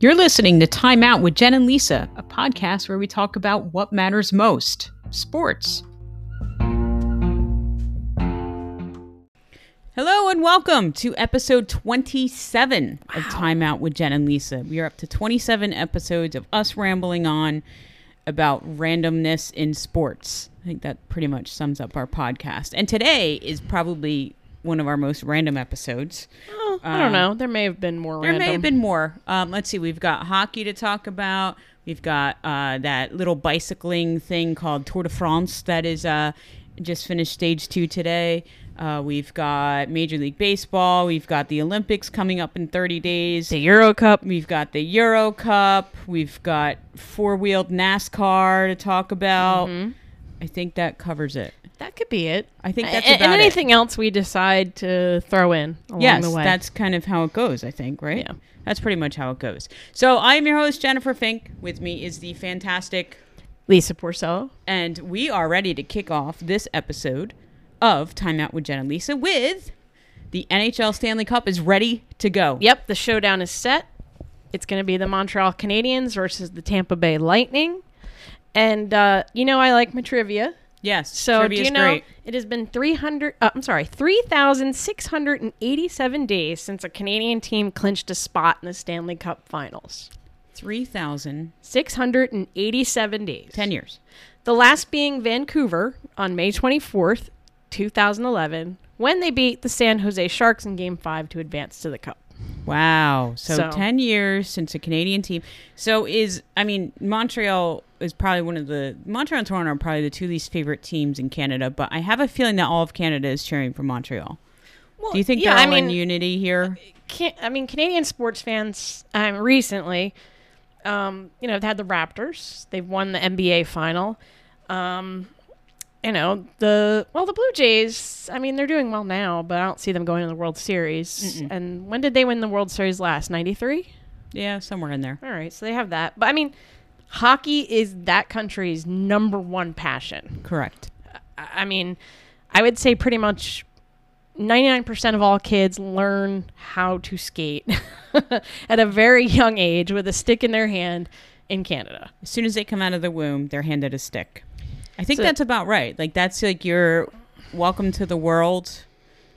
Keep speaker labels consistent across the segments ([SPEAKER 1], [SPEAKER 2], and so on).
[SPEAKER 1] You're listening to Time Out with Jen and Lisa, a podcast where we talk about what matters most sports. Hello and welcome to episode 27 of Time Out with Jen and Lisa. We are up to 27 episodes of us rambling on about randomness in sports. I think that pretty much sums up our podcast. And today is probably one of our most random episodes.
[SPEAKER 2] Oh, I don't know. There may have been more.
[SPEAKER 1] Um, There may have been more. Um, let's see. We've got hockey to talk about. We've got uh, that little bicycling thing called Tour de France that is uh, just finished stage two today. Uh, we've got Major League Baseball. We've got the Olympics coming up in 30 days.
[SPEAKER 2] the Euro Cup.
[SPEAKER 1] We've got the Euro Cup. We've got four wheeled NASCAR to talk about.
[SPEAKER 2] Mm-hmm.
[SPEAKER 1] I think that covers it.
[SPEAKER 2] That could be it.
[SPEAKER 1] I think
[SPEAKER 2] A-
[SPEAKER 1] that's
[SPEAKER 2] and,
[SPEAKER 1] about it.
[SPEAKER 2] anything else we decide to throw in along
[SPEAKER 1] yes,
[SPEAKER 2] the way.
[SPEAKER 1] that's kind of how it goes, I think, right?
[SPEAKER 2] Yeah.
[SPEAKER 1] That's pretty much how it goes. So I am your host, Jennifer Fink. With me is the fantastic,
[SPEAKER 2] Lisa Porcello.
[SPEAKER 1] and we are ready to kick off this episode of Time Out with Jen and Lisa with the NHL Stanley Cup is ready to go.
[SPEAKER 2] Yep, the showdown is set. It's going to be the Montreal Canadiens versus the Tampa Bay Lightning. And uh, you know I like my trivia.
[SPEAKER 1] Yes.
[SPEAKER 2] So
[SPEAKER 1] trivia
[SPEAKER 2] do
[SPEAKER 1] is
[SPEAKER 2] you know
[SPEAKER 1] great.
[SPEAKER 2] it has been 300 uh, I'm sorry, 3,687 days since a Canadian team clinched a spot in the Stanley Cup Finals.
[SPEAKER 1] 3,000,
[SPEAKER 2] 687 days.
[SPEAKER 1] 10 years.
[SPEAKER 2] The last being Vancouver on May 24th, 2011, when they beat the San Jose Sharks in Game 5 to advance to the Cup.
[SPEAKER 1] Wow. So,
[SPEAKER 2] So-
[SPEAKER 1] 10 years since a Canadian team. So is I mean Montreal is probably one of the Montreal and Toronto are probably the two least favorite teams in Canada, but I have a feeling that all of Canada is cheering for Montreal.
[SPEAKER 2] Well,
[SPEAKER 1] Do you think
[SPEAKER 2] yeah,
[SPEAKER 1] they're
[SPEAKER 2] I
[SPEAKER 1] all
[SPEAKER 2] mean,
[SPEAKER 1] in unity here?
[SPEAKER 2] Can, I mean, Canadian sports fans um, recently, um, you know, have had the Raptors. They've won the NBA final. Um, you know, the, well, the Blue Jays, I mean, they're doing well now, but I don't see them going to the World Series. And when did they win the World Series last? 93?
[SPEAKER 1] Yeah, somewhere in there.
[SPEAKER 2] All right, so they have that. But I mean, hockey is that country's number one passion.
[SPEAKER 1] Correct.
[SPEAKER 2] I I mean, I would say pretty much 99% of all kids learn how to skate at a very young age with a stick in their hand in Canada.
[SPEAKER 1] As soon as they come out of the womb, they're handed a stick. I think
[SPEAKER 2] So-
[SPEAKER 1] that's about right. Like that's like your welcome to the world.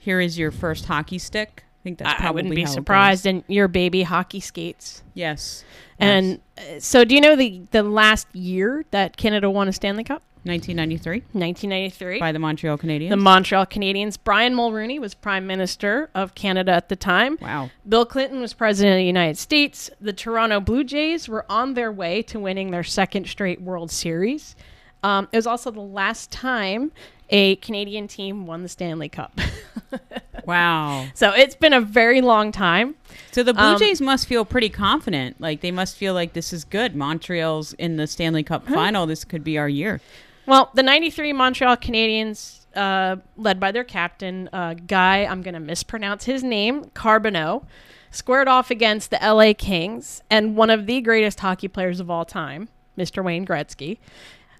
[SPEAKER 1] Here is your first hockey stick. I think that's
[SPEAKER 2] I,
[SPEAKER 1] probably
[SPEAKER 2] I wouldn't be
[SPEAKER 1] how it goes.
[SPEAKER 2] surprised. And your baby hockey skates.
[SPEAKER 1] Yes. Yes.
[SPEAKER 2] And uh, so, do you know the, the last year that Canada won a Stanley Cup?
[SPEAKER 1] 1993
[SPEAKER 2] 1993.
[SPEAKER 1] by the Montreal Canadiens.
[SPEAKER 2] the Montreal Canadiens. Brian Mulrooney was Prime Minister of Canada at the time.
[SPEAKER 1] wow.
[SPEAKER 2] Bill Clinton was president of the United States. The Toronto Blue Jays were on their way to winning their second straight World Series. Um, it was also the last time a Canadian team won the Stanley Cup.
[SPEAKER 1] Wow.
[SPEAKER 2] so it's been a very long time.
[SPEAKER 1] So the Blue
[SPEAKER 2] Um,
[SPEAKER 1] Jays must feel pretty confident. Like they must feel like this is good. Montreal's in the Stanley Cup final. This could be our year.
[SPEAKER 2] Well, the 93 Montreal Canadiens, uh, led by their captain, uh, Guy, I'm going to mispronounce his name, Carboneau, squared off against the LA Kings and one of the greatest hockey players of all time, Mr. Wayne Gretzky.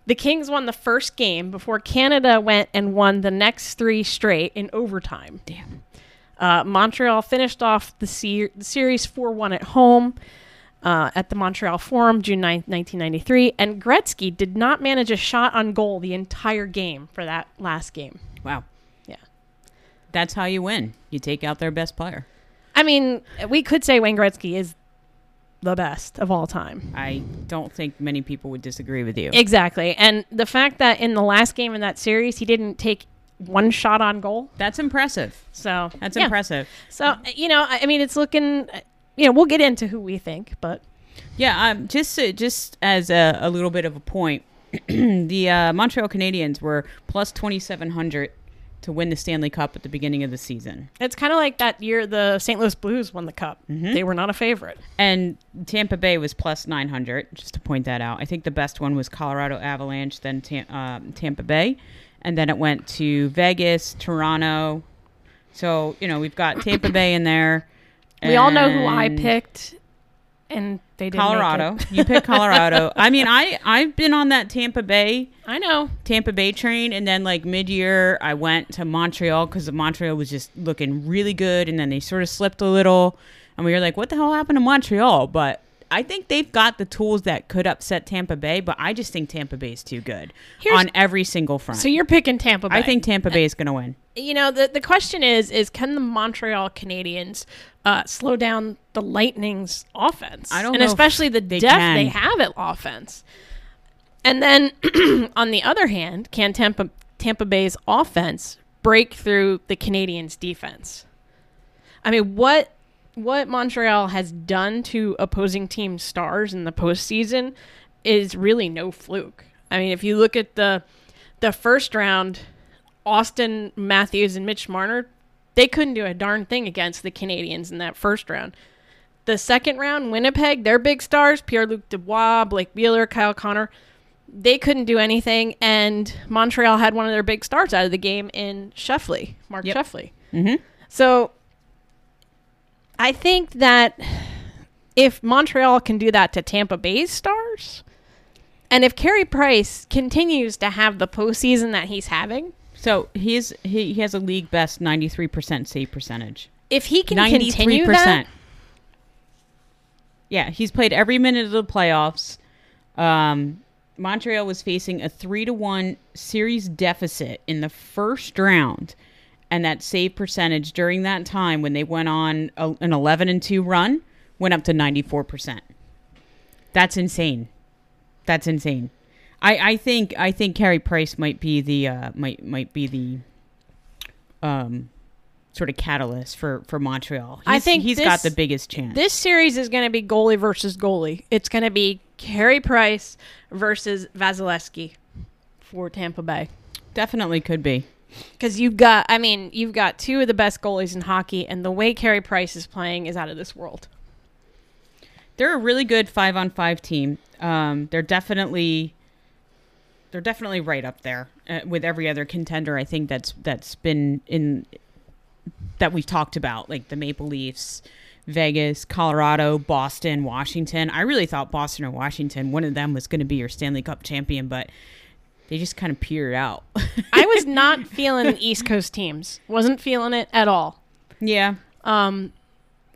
[SPEAKER 2] The Kings won the first game before Canada went and won the next three straight in overtime.
[SPEAKER 1] Damn.
[SPEAKER 2] Uh, Montreal finished off the, ser- the series 4 1 at home uh, at the Montreal Forum, June 9th, 1993. And Gretzky did not manage a shot on goal the entire game for that last game.
[SPEAKER 1] Wow.
[SPEAKER 2] Yeah.
[SPEAKER 1] That's how you win. You take out their best player.
[SPEAKER 2] I mean, we could say Wayne Gretzky is the best of all time.
[SPEAKER 1] I don't think many people would disagree with you.
[SPEAKER 2] Exactly. And the fact that in the last game in that series, he didn't take one shot on goal.
[SPEAKER 1] That's impressive.
[SPEAKER 2] So
[SPEAKER 1] That's
[SPEAKER 2] yeah.
[SPEAKER 1] impressive.
[SPEAKER 2] So, you know, I I mean, it's looking, you know, we'll get into who we think, but
[SPEAKER 1] Yeah, um, just uh, just as a, a little bit of a point, the uh, Montreal Canadiens were plus twenty seven hundred to win the Stanley Cup at the beginning of the season.
[SPEAKER 2] It's kind of like that year the St. Louis Blues won the cup. They were not a favorite.
[SPEAKER 1] And Tampa Bay was plus 900, just to point that out. I think the best one was Colorado Avalanche, then Tam- um, Tampa Bay. And then it went to Vegas, Toronto. So, you know, we've got Tampa Bay in there.
[SPEAKER 2] we all know who I
[SPEAKER 1] and
[SPEAKER 2] picked, and they didn't. make it.
[SPEAKER 1] Colorado. You pick Colorado. I mean, I, I've been on that Tampa Bay
[SPEAKER 2] I know.
[SPEAKER 1] Tampa Bay train, and then like mid year, I went to Montreal because Montreal was just looking really good, and then they sort of slipped a little, and we were like, "What the hell happened to Montreal?" But I think they've got the tools that could upset Tampa Bay, but I just think Tampa Bay is too good
[SPEAKER 2] Here's-
[SPEAKER 1] on every single front.
[SPEAKER 2] So you're Uh, picking Tampa Bay.
[SPEAKER 1] I think Tampa Bay is going to win.
[SPEAKER 2] you know the the question is is can the Montreal Canadiens uh, slow down the Lightning's offense?
[SPEAKER 1] I don't
[SPEAKER 2] and
[SPEAKER 1] know if
[SPEAKER 2] especially the
[SPEAKER 1] they
[SPEAKER 2] depth
[SPEAKER 1] can.
[SPEAKER 2] they have at offense. And then on the other hand, can Tampa Tampa Bay's offense break through the Canadiens' defense? I mean, what what Montreal has done to opposing team stars in the postseason is really no fluke. I mean, if you look at the the first round, Austin Matthews and Mitch Marner, they couldn't do a darn thing against the Canadians in that first round. The second round, Winnipeg, their big stars, Pierre Luc Dubois, Blake Wheeler, Kyle Connor, they couldn't do anything. And Montreal had one of their big stars out of the game in Sheffley, Mark
[SPEAKER 1] Yep.
[SPEAKER 2] Sheffley.
[SPEAKER 1] Mhm.
[SPEAKER 2] So I think that if Montreal can do that to Tampa Bay's stars, and if Carey Price continues to have the postseason that he's having,
[SPEAKER 1] So he's he, he has a league best 93% save percentage.
[SPEAKER 2] if he can continue
[SPEAKER 1] 93%.
[SPEAKER 2] that,
[SPEAKER 1] Yeah, he's played every minute of the playoffs. Um, Montreal was facing a 3 to 1 series deficit in the first round and that save percentage during that time when they went on a, an 11 and 2 run went up to 94%. That's insane. That's insane. I, I think I think Carey Price might be the uh, might might be the um sort of catalyst for for Montreal. He's,
[SPEAKER 2] I think
[SPEAKER 1] he's
[SPEAKER 2] this-
[SPEAKER 1] got the biggest chance.
[SPEAKER 2] this series is going to be goalie versus goalie. It's going to be Carey Price versus Vasilevsky for Tampa Bay.
[SPEAKER 1] Definitely could be.
[SPEAKER 2] Because you've got, I mean, you've got two of the best goalies in hockey, and the way Carey Price is playing is out of this world.
[SPEAKER 1] They're a really good five on five team. Um, they're definitely they're definitely right up there uh, with every other contender. I think that's that's been in that we've talked about, like the Maple Leafs, Vegas, Colorado, Boston, Washington. I really thought Boston or Washington, one of them was going to be your Stanley Cup champion, but they just kind of petered out.
[SPEAKER 2] I was not feeling the East Coast teams. Wasn't feeling it at all.
[SPEAKER 1] yeah,
[SPEAKER 2] Um,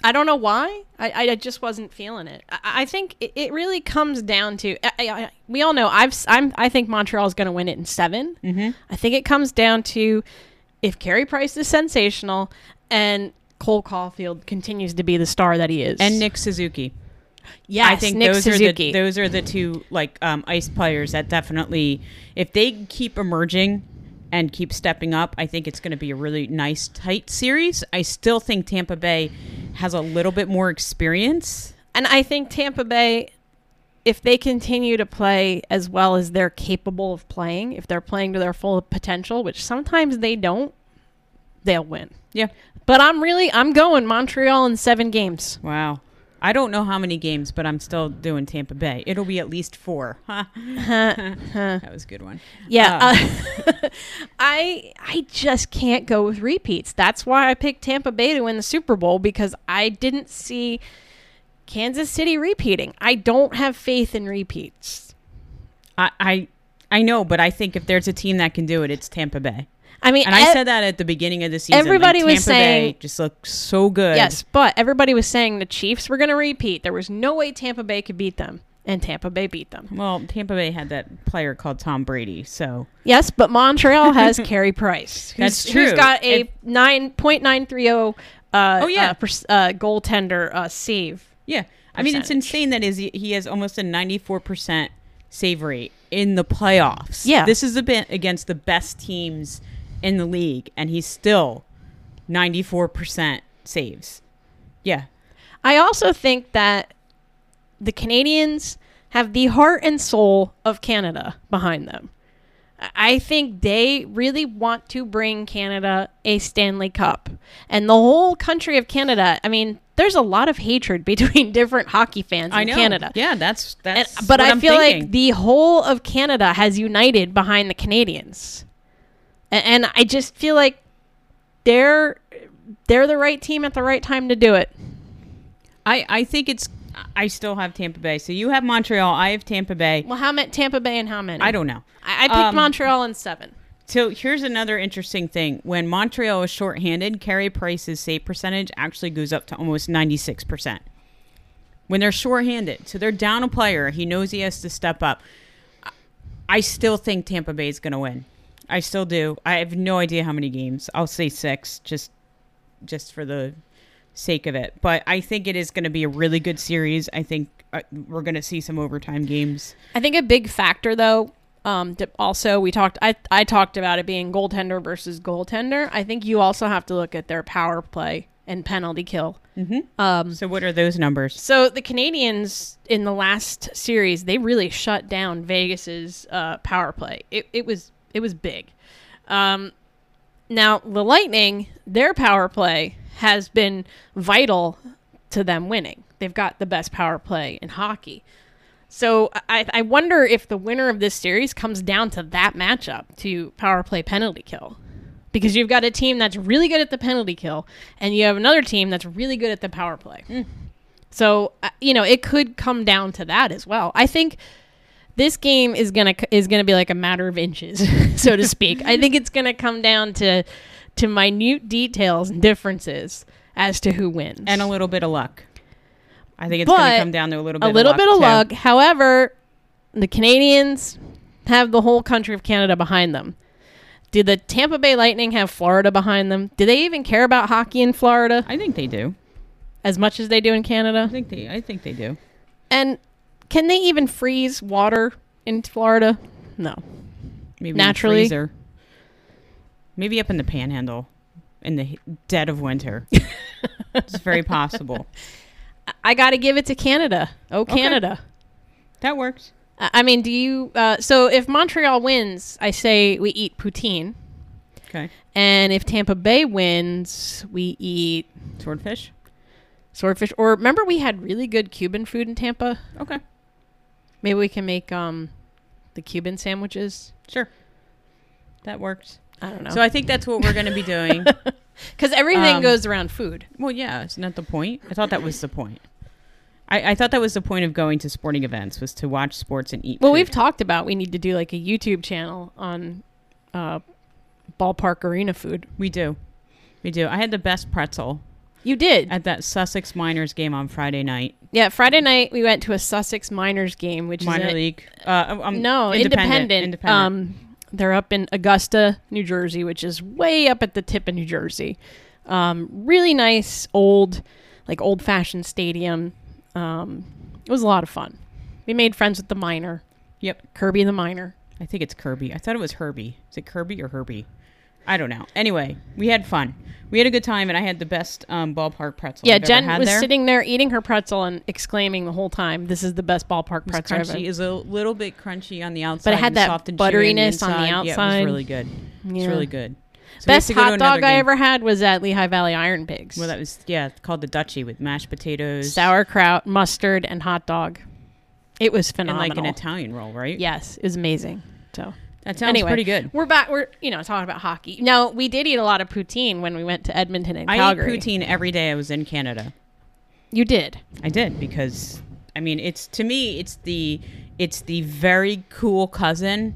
[SPEAKER 2] I don't know why. I, I just wasn't feeling it. I, I think it, it really comes down to I, I, I- we all know I've s- I'm I think Montreal's going to win it in 7 Mm-hmm. I think it comes down to if Carey Price is sensational and Cole Caulfield continues to be the star that he is.
[SPEAKER 1] and Nick Suzuki.
[SPEAKER 2] yes,
[SPEAKER 1] I think
[SPEAKER 2] Nick
[SPEAKER 1] those
[SPEAKER 2] Suzuki.
[SPEAKER 1] are the those are the two like um, ice players that definitely if they keep emerging and keep stepping up, I think it's going to be a really nice tight series. I still think Tampa Bay has a little bit more experience.
[SPEAKER 2] And I think Tampa Bay, if they continue to play as well as they're capable of playing, if they're playing to their full potential, which sometimes they don't, they'll win.
[SPEAKER 1] Yeah.
[SPEAKER 2] But I'm really I'm going Montreal in seven games.
[SPEAKER 1] Wow. I don't know how many games, but I'm still doing Tampa Bay. It'll be at least four. Huh. that was a good one.
[SPEAKER 2] Yeah,
[SPEAKER 1] Oh.
[SPEAKER 2] uh, I I just can't go with repeats. That's why I picked Tampa Bay to win the Super Bowl because I didn't see Kansas City repeating. I don't have faith in repeats.
[SPEAKER 1] I, I I know, but I think if there's a team that can do it, it's Tampa Bay.
[SPEAKER 2] I mean,
[SPEAKER 1] And I
[SPEAKER 2] e-
[SPEAKER 1] said that at the beginning of the season. like,
[SPEAKER 2] everybody was
[SPEAKER 1] Tampa Bay
[SPEAKER 2] saying-
[SPEAKER 1] just looked so good.
[SPEAKER 2] Yes, but everybody was saying the Chiefs were going to repeat. There was no way Tampa Bay could beat them, and Tampa Bay beat them.
[SPEAKER 1] Well, Tampa Bay had that player called Tom Brady, so
[SPEAKER 2] Yes, but Montreal has Carey Price.
[SPEAKER 1] That's
[SPEAKER 2] Who's, Who's
[SPEAKER 1] true.
[SPEAKER 2] got a
[SPEAKER 1] If-
[SPEAKER 2] nine point nine three zero. Uh,
[SPEAKER 1] Oh, yeah.
[SPEAKER 2] uh, pers- uh, goaltender uh, save.
[SPEAKER 1] yeah. I mean, it's
[SPEAKER 2] Percentage.
[SPEAKER 1] insane that is he has almost a ninety four percent save rate in the playoffs.
[SPEAKER 2] Yeah.
[SPEAKER 1] this is a bit against the best teams in the league, and he's still ninety four percent saves. Yeah,
[SPEAKER 2] I also think that the Canadians have the heart and soul of Canada behind them. I- I think they really want to bring Canada a Stanley Cup. And the whole country of Canada, I mean, there's a lot of hatred between different hockey fans in
[SPEAKER 1] I know.
[SPEAKER 2] Canada.
[SPEAKER 1] Yeah, that's
[SPEAKER 2] And-
[SPEAKER 1] that's.
[SPEAKER 2] but
[SPEAKER 1] what
[SPEAKER 2] I
[SPEAKER 1] I'm
[SPEAKER 2] feel
[SPEAKER 1] thinking.
[SPEAKER 2] like the whole of Canada has united behind the Canadians, A- and, I just feel like they're they're the right team at the right time to do it.
[SPEAKER 1] I I think it's. I still have Tampa Bay. So you have Montreal. I have Tampa Bay.
[SPEAKER 2] Well, how many Tampa Bay and how many?
[SPEAKER 1] I don't know.
[SPEAKER 2] I, I picked
[SPEAKER 1] Um,
[SPEAKER 2] Montreal in seven.
[SPEAKER 1] So here's another interesting thing. When Montreal is shorthanded, Carey Price's save percentage actually goes up to almost 96%. when they're shorthanded. So they're down a player. He knows he has to step up. I- I still think Tampa Bay is going to win. I still do. I have no idea how many games. I'll say six, just just for the sake of it. But I think it is going to be a really good series. I think uh, we're going to see some overtime games.
[SPEAKER 2] I think a big factor though. Um, di- also, we talked. I I talked about it being goaltender versus goaltender. I think you also have to look at their power play and penalty kill. Mm-hmm. Um,
[SPEAKER 1] So what are those numbers?
[SPEAKER 2] so the Canadians in the last series, they really shut down Vegas's uh, power play. It it was it was big. Um, now the Lightning, their power play has been vital to them winning. They've got the best power play in hockey. So I, I wonder if the winner of this series comes down to that matchup to power play penalty kill. Because you've got a team that's really good at the penalty kill, and you have another team that's really good at the power play.
[SPEAKER 1] Mm.
[SPEAKER 2] So uh, you know, it could come down to that as well. I think this game is gonna is gonna be like a matter of inches, so to speak. I think it's gonna come down to to minute details and differences as to who wins
[SPEAKER 1] And a little bit of luck. I think it's going
[SPEAKER 2] But
[SPEAKER 1] to come down to a little bit
[SPEAKER 2] a little
[SPEAKER 1] of luck
[SPEAKER 2] bit of
[SPEAKER 1] too.
[SPEAKER 2] luck. However, the Canadians have the whole country of Canada behind them. Do the Tampa Bay Lightning have Florida behind them? Do they even care about hockey in Florida
[SPEAKER 1] I think they do.
[SPEAKER 2] as much as they do in Canada?
[SPEAKER 1] I think they I think they do.
[SPEAKER 2] And can they even freeze water in Florida? No.
[SPEAKER 1] Maybe in the
[SPEAKER 2] Naturally.
[SPEAKER 1] freezer. Maybe up in the panhandle in the h- dead of winter. it's very possible.
[SPEAKER 2] I- I got to give it to Canada. Oh,
[SPEAKER 1] Okay.
[SPEAKER 2] Canada.
[SPEAKER 1] That works.
[SPEAKER 2] I I mean, do you. Uh, so if Montreal wins, I say we eat poutine.
[SPEAKER 1] Okay.
[SPEAKER 2] And if Tampa Bay wins, we eat
[SPEAKER 1] Swordfish.
[SPEAKER 2] swordfish. Or remember, we had really good Cuban food in Tampa?
[SPEAKER 1] Okay.
[SPEAKER 2] Maybe we can make um, the Cuban sandwiches.
[SPEAKER 1] Sure. That works.
[SPEAKER 2] I don't
[SPEAKER 1] So
[SPEAKER 2] know.
[SPEAKER 1] I think that's what we're going to be doing.
[SPEAKER 2] Because everything
[SPEAKER 1] um,
[SPEAKER 2] goes around food.
[SPEAKER 1] well, yeah, isn't that the point? I thought that was the point. I, I thought that was the point of going to sporting events was to watch sports and eat.
[SPEAKER 2] Well,
[SPEAKER 1] food.
[SPEAKER 2] we've talked about we need to do like a YouTube channel on uh, ballpark arena food.
[SPEAKER 1] we do, we do. I had the best pretzel
[SPEAKER 2] You did.
[SPEAKER 1] at that Sussex Miners game on Friday night,
[SPEAKER 2] Yeah, Friday night we went to a Sussex Miners game, which
[SPEAKER 1] minor
[SPEAKER 2] is a-
[SPEAKER 1] league. Uh, um,
[SPEAKER 2] no independent.
[SPEAKER 1] independent.
[SPEAKER 2] Um, they're up in Augusta, New Jersey, which is way up at the tip of New Jersey. Um, really nice old, like old fashioned stadium. Um, it was a lot of fun. We made friends with the miner,
[SPEAKER 1] yep.
[SPEAKER 2] Kirby the miner.
[SPEAKER 1] I think it's Kirby. I thought it was Herbie. Is it Kirby or Herbie? I don't know. Anyway, we had fun. We had a good time, and I had the best um, ballpark pretzel.
[SPEAKER 2] yeah,
[SPEAKER 1] I've ever
[SPEAKER 2] Jen
[SPEAKER 1] had
[SPEAKER 2] was
[SPEAKER 1] there.
[SPEAKER 2] sitting there eating her pretzel and exclaiming the whole time, "This is the best ballpark
[SPEAKER 1] It's
[SPEAKER 2] pretzel." I've
[SPEAKER 1] crunchy.
[SPEAKER 2] ever-"
[SPEAKER 1] Is a little bit crunchy on the outside,
[SPEAKER 2] had
[SPEAKER 1] and
[SPEAKER 2] that
[SPEAKER 1] soft and chewy
[SPEAKER 2] butteriness on the
[SPEAKER 1] inside. Yeah, it
[SPEAKER 2] outside.
[SPEAKER 1] was really good.
[SPEAKER 2] Yeah.
[SPEAKER 1] It's really good. So we have
[SPEAKER 2] Best
[SPEAKER 1] to go to
[SPEAKER 2] hot
[SPEAKER 1] another
[SPEAKER 2] dog I
[SPEAKER 1] game.
[SPEAKER 2] ever had was at Lehigh Valley Iron Pigs.
[SPEAKER 1] Well, that was yeah, it's called the Dutchie with mashed potatoes,
[SPEAKER 2] sauerkraut, mustard, and hot dog. It was
[SPEAKER 1] and
[SPEAKER 2] phenomenal.
[SPEAKER 1] like an Italian roll, right?
[SPEAKER 2] yes, it was amazing. So
[SPEAKER 1] that sounds
[SPEAKER 2] anyway,
[SPEAKER 1] pretty good.
[SPEAKER 2] We're back. We're you know talking about hockey. No, we did eat a lot of poutine when we went to Edmonton and
[SPEAKER 1] I
[SPEAKER 2] Calgary.
[SPEAKER 1] ate poutine every day I was in Canada.
[SPEAKER 2] You did.
[SPEAKER 1] I did because I mean it's to me it's the it's the very cool cousin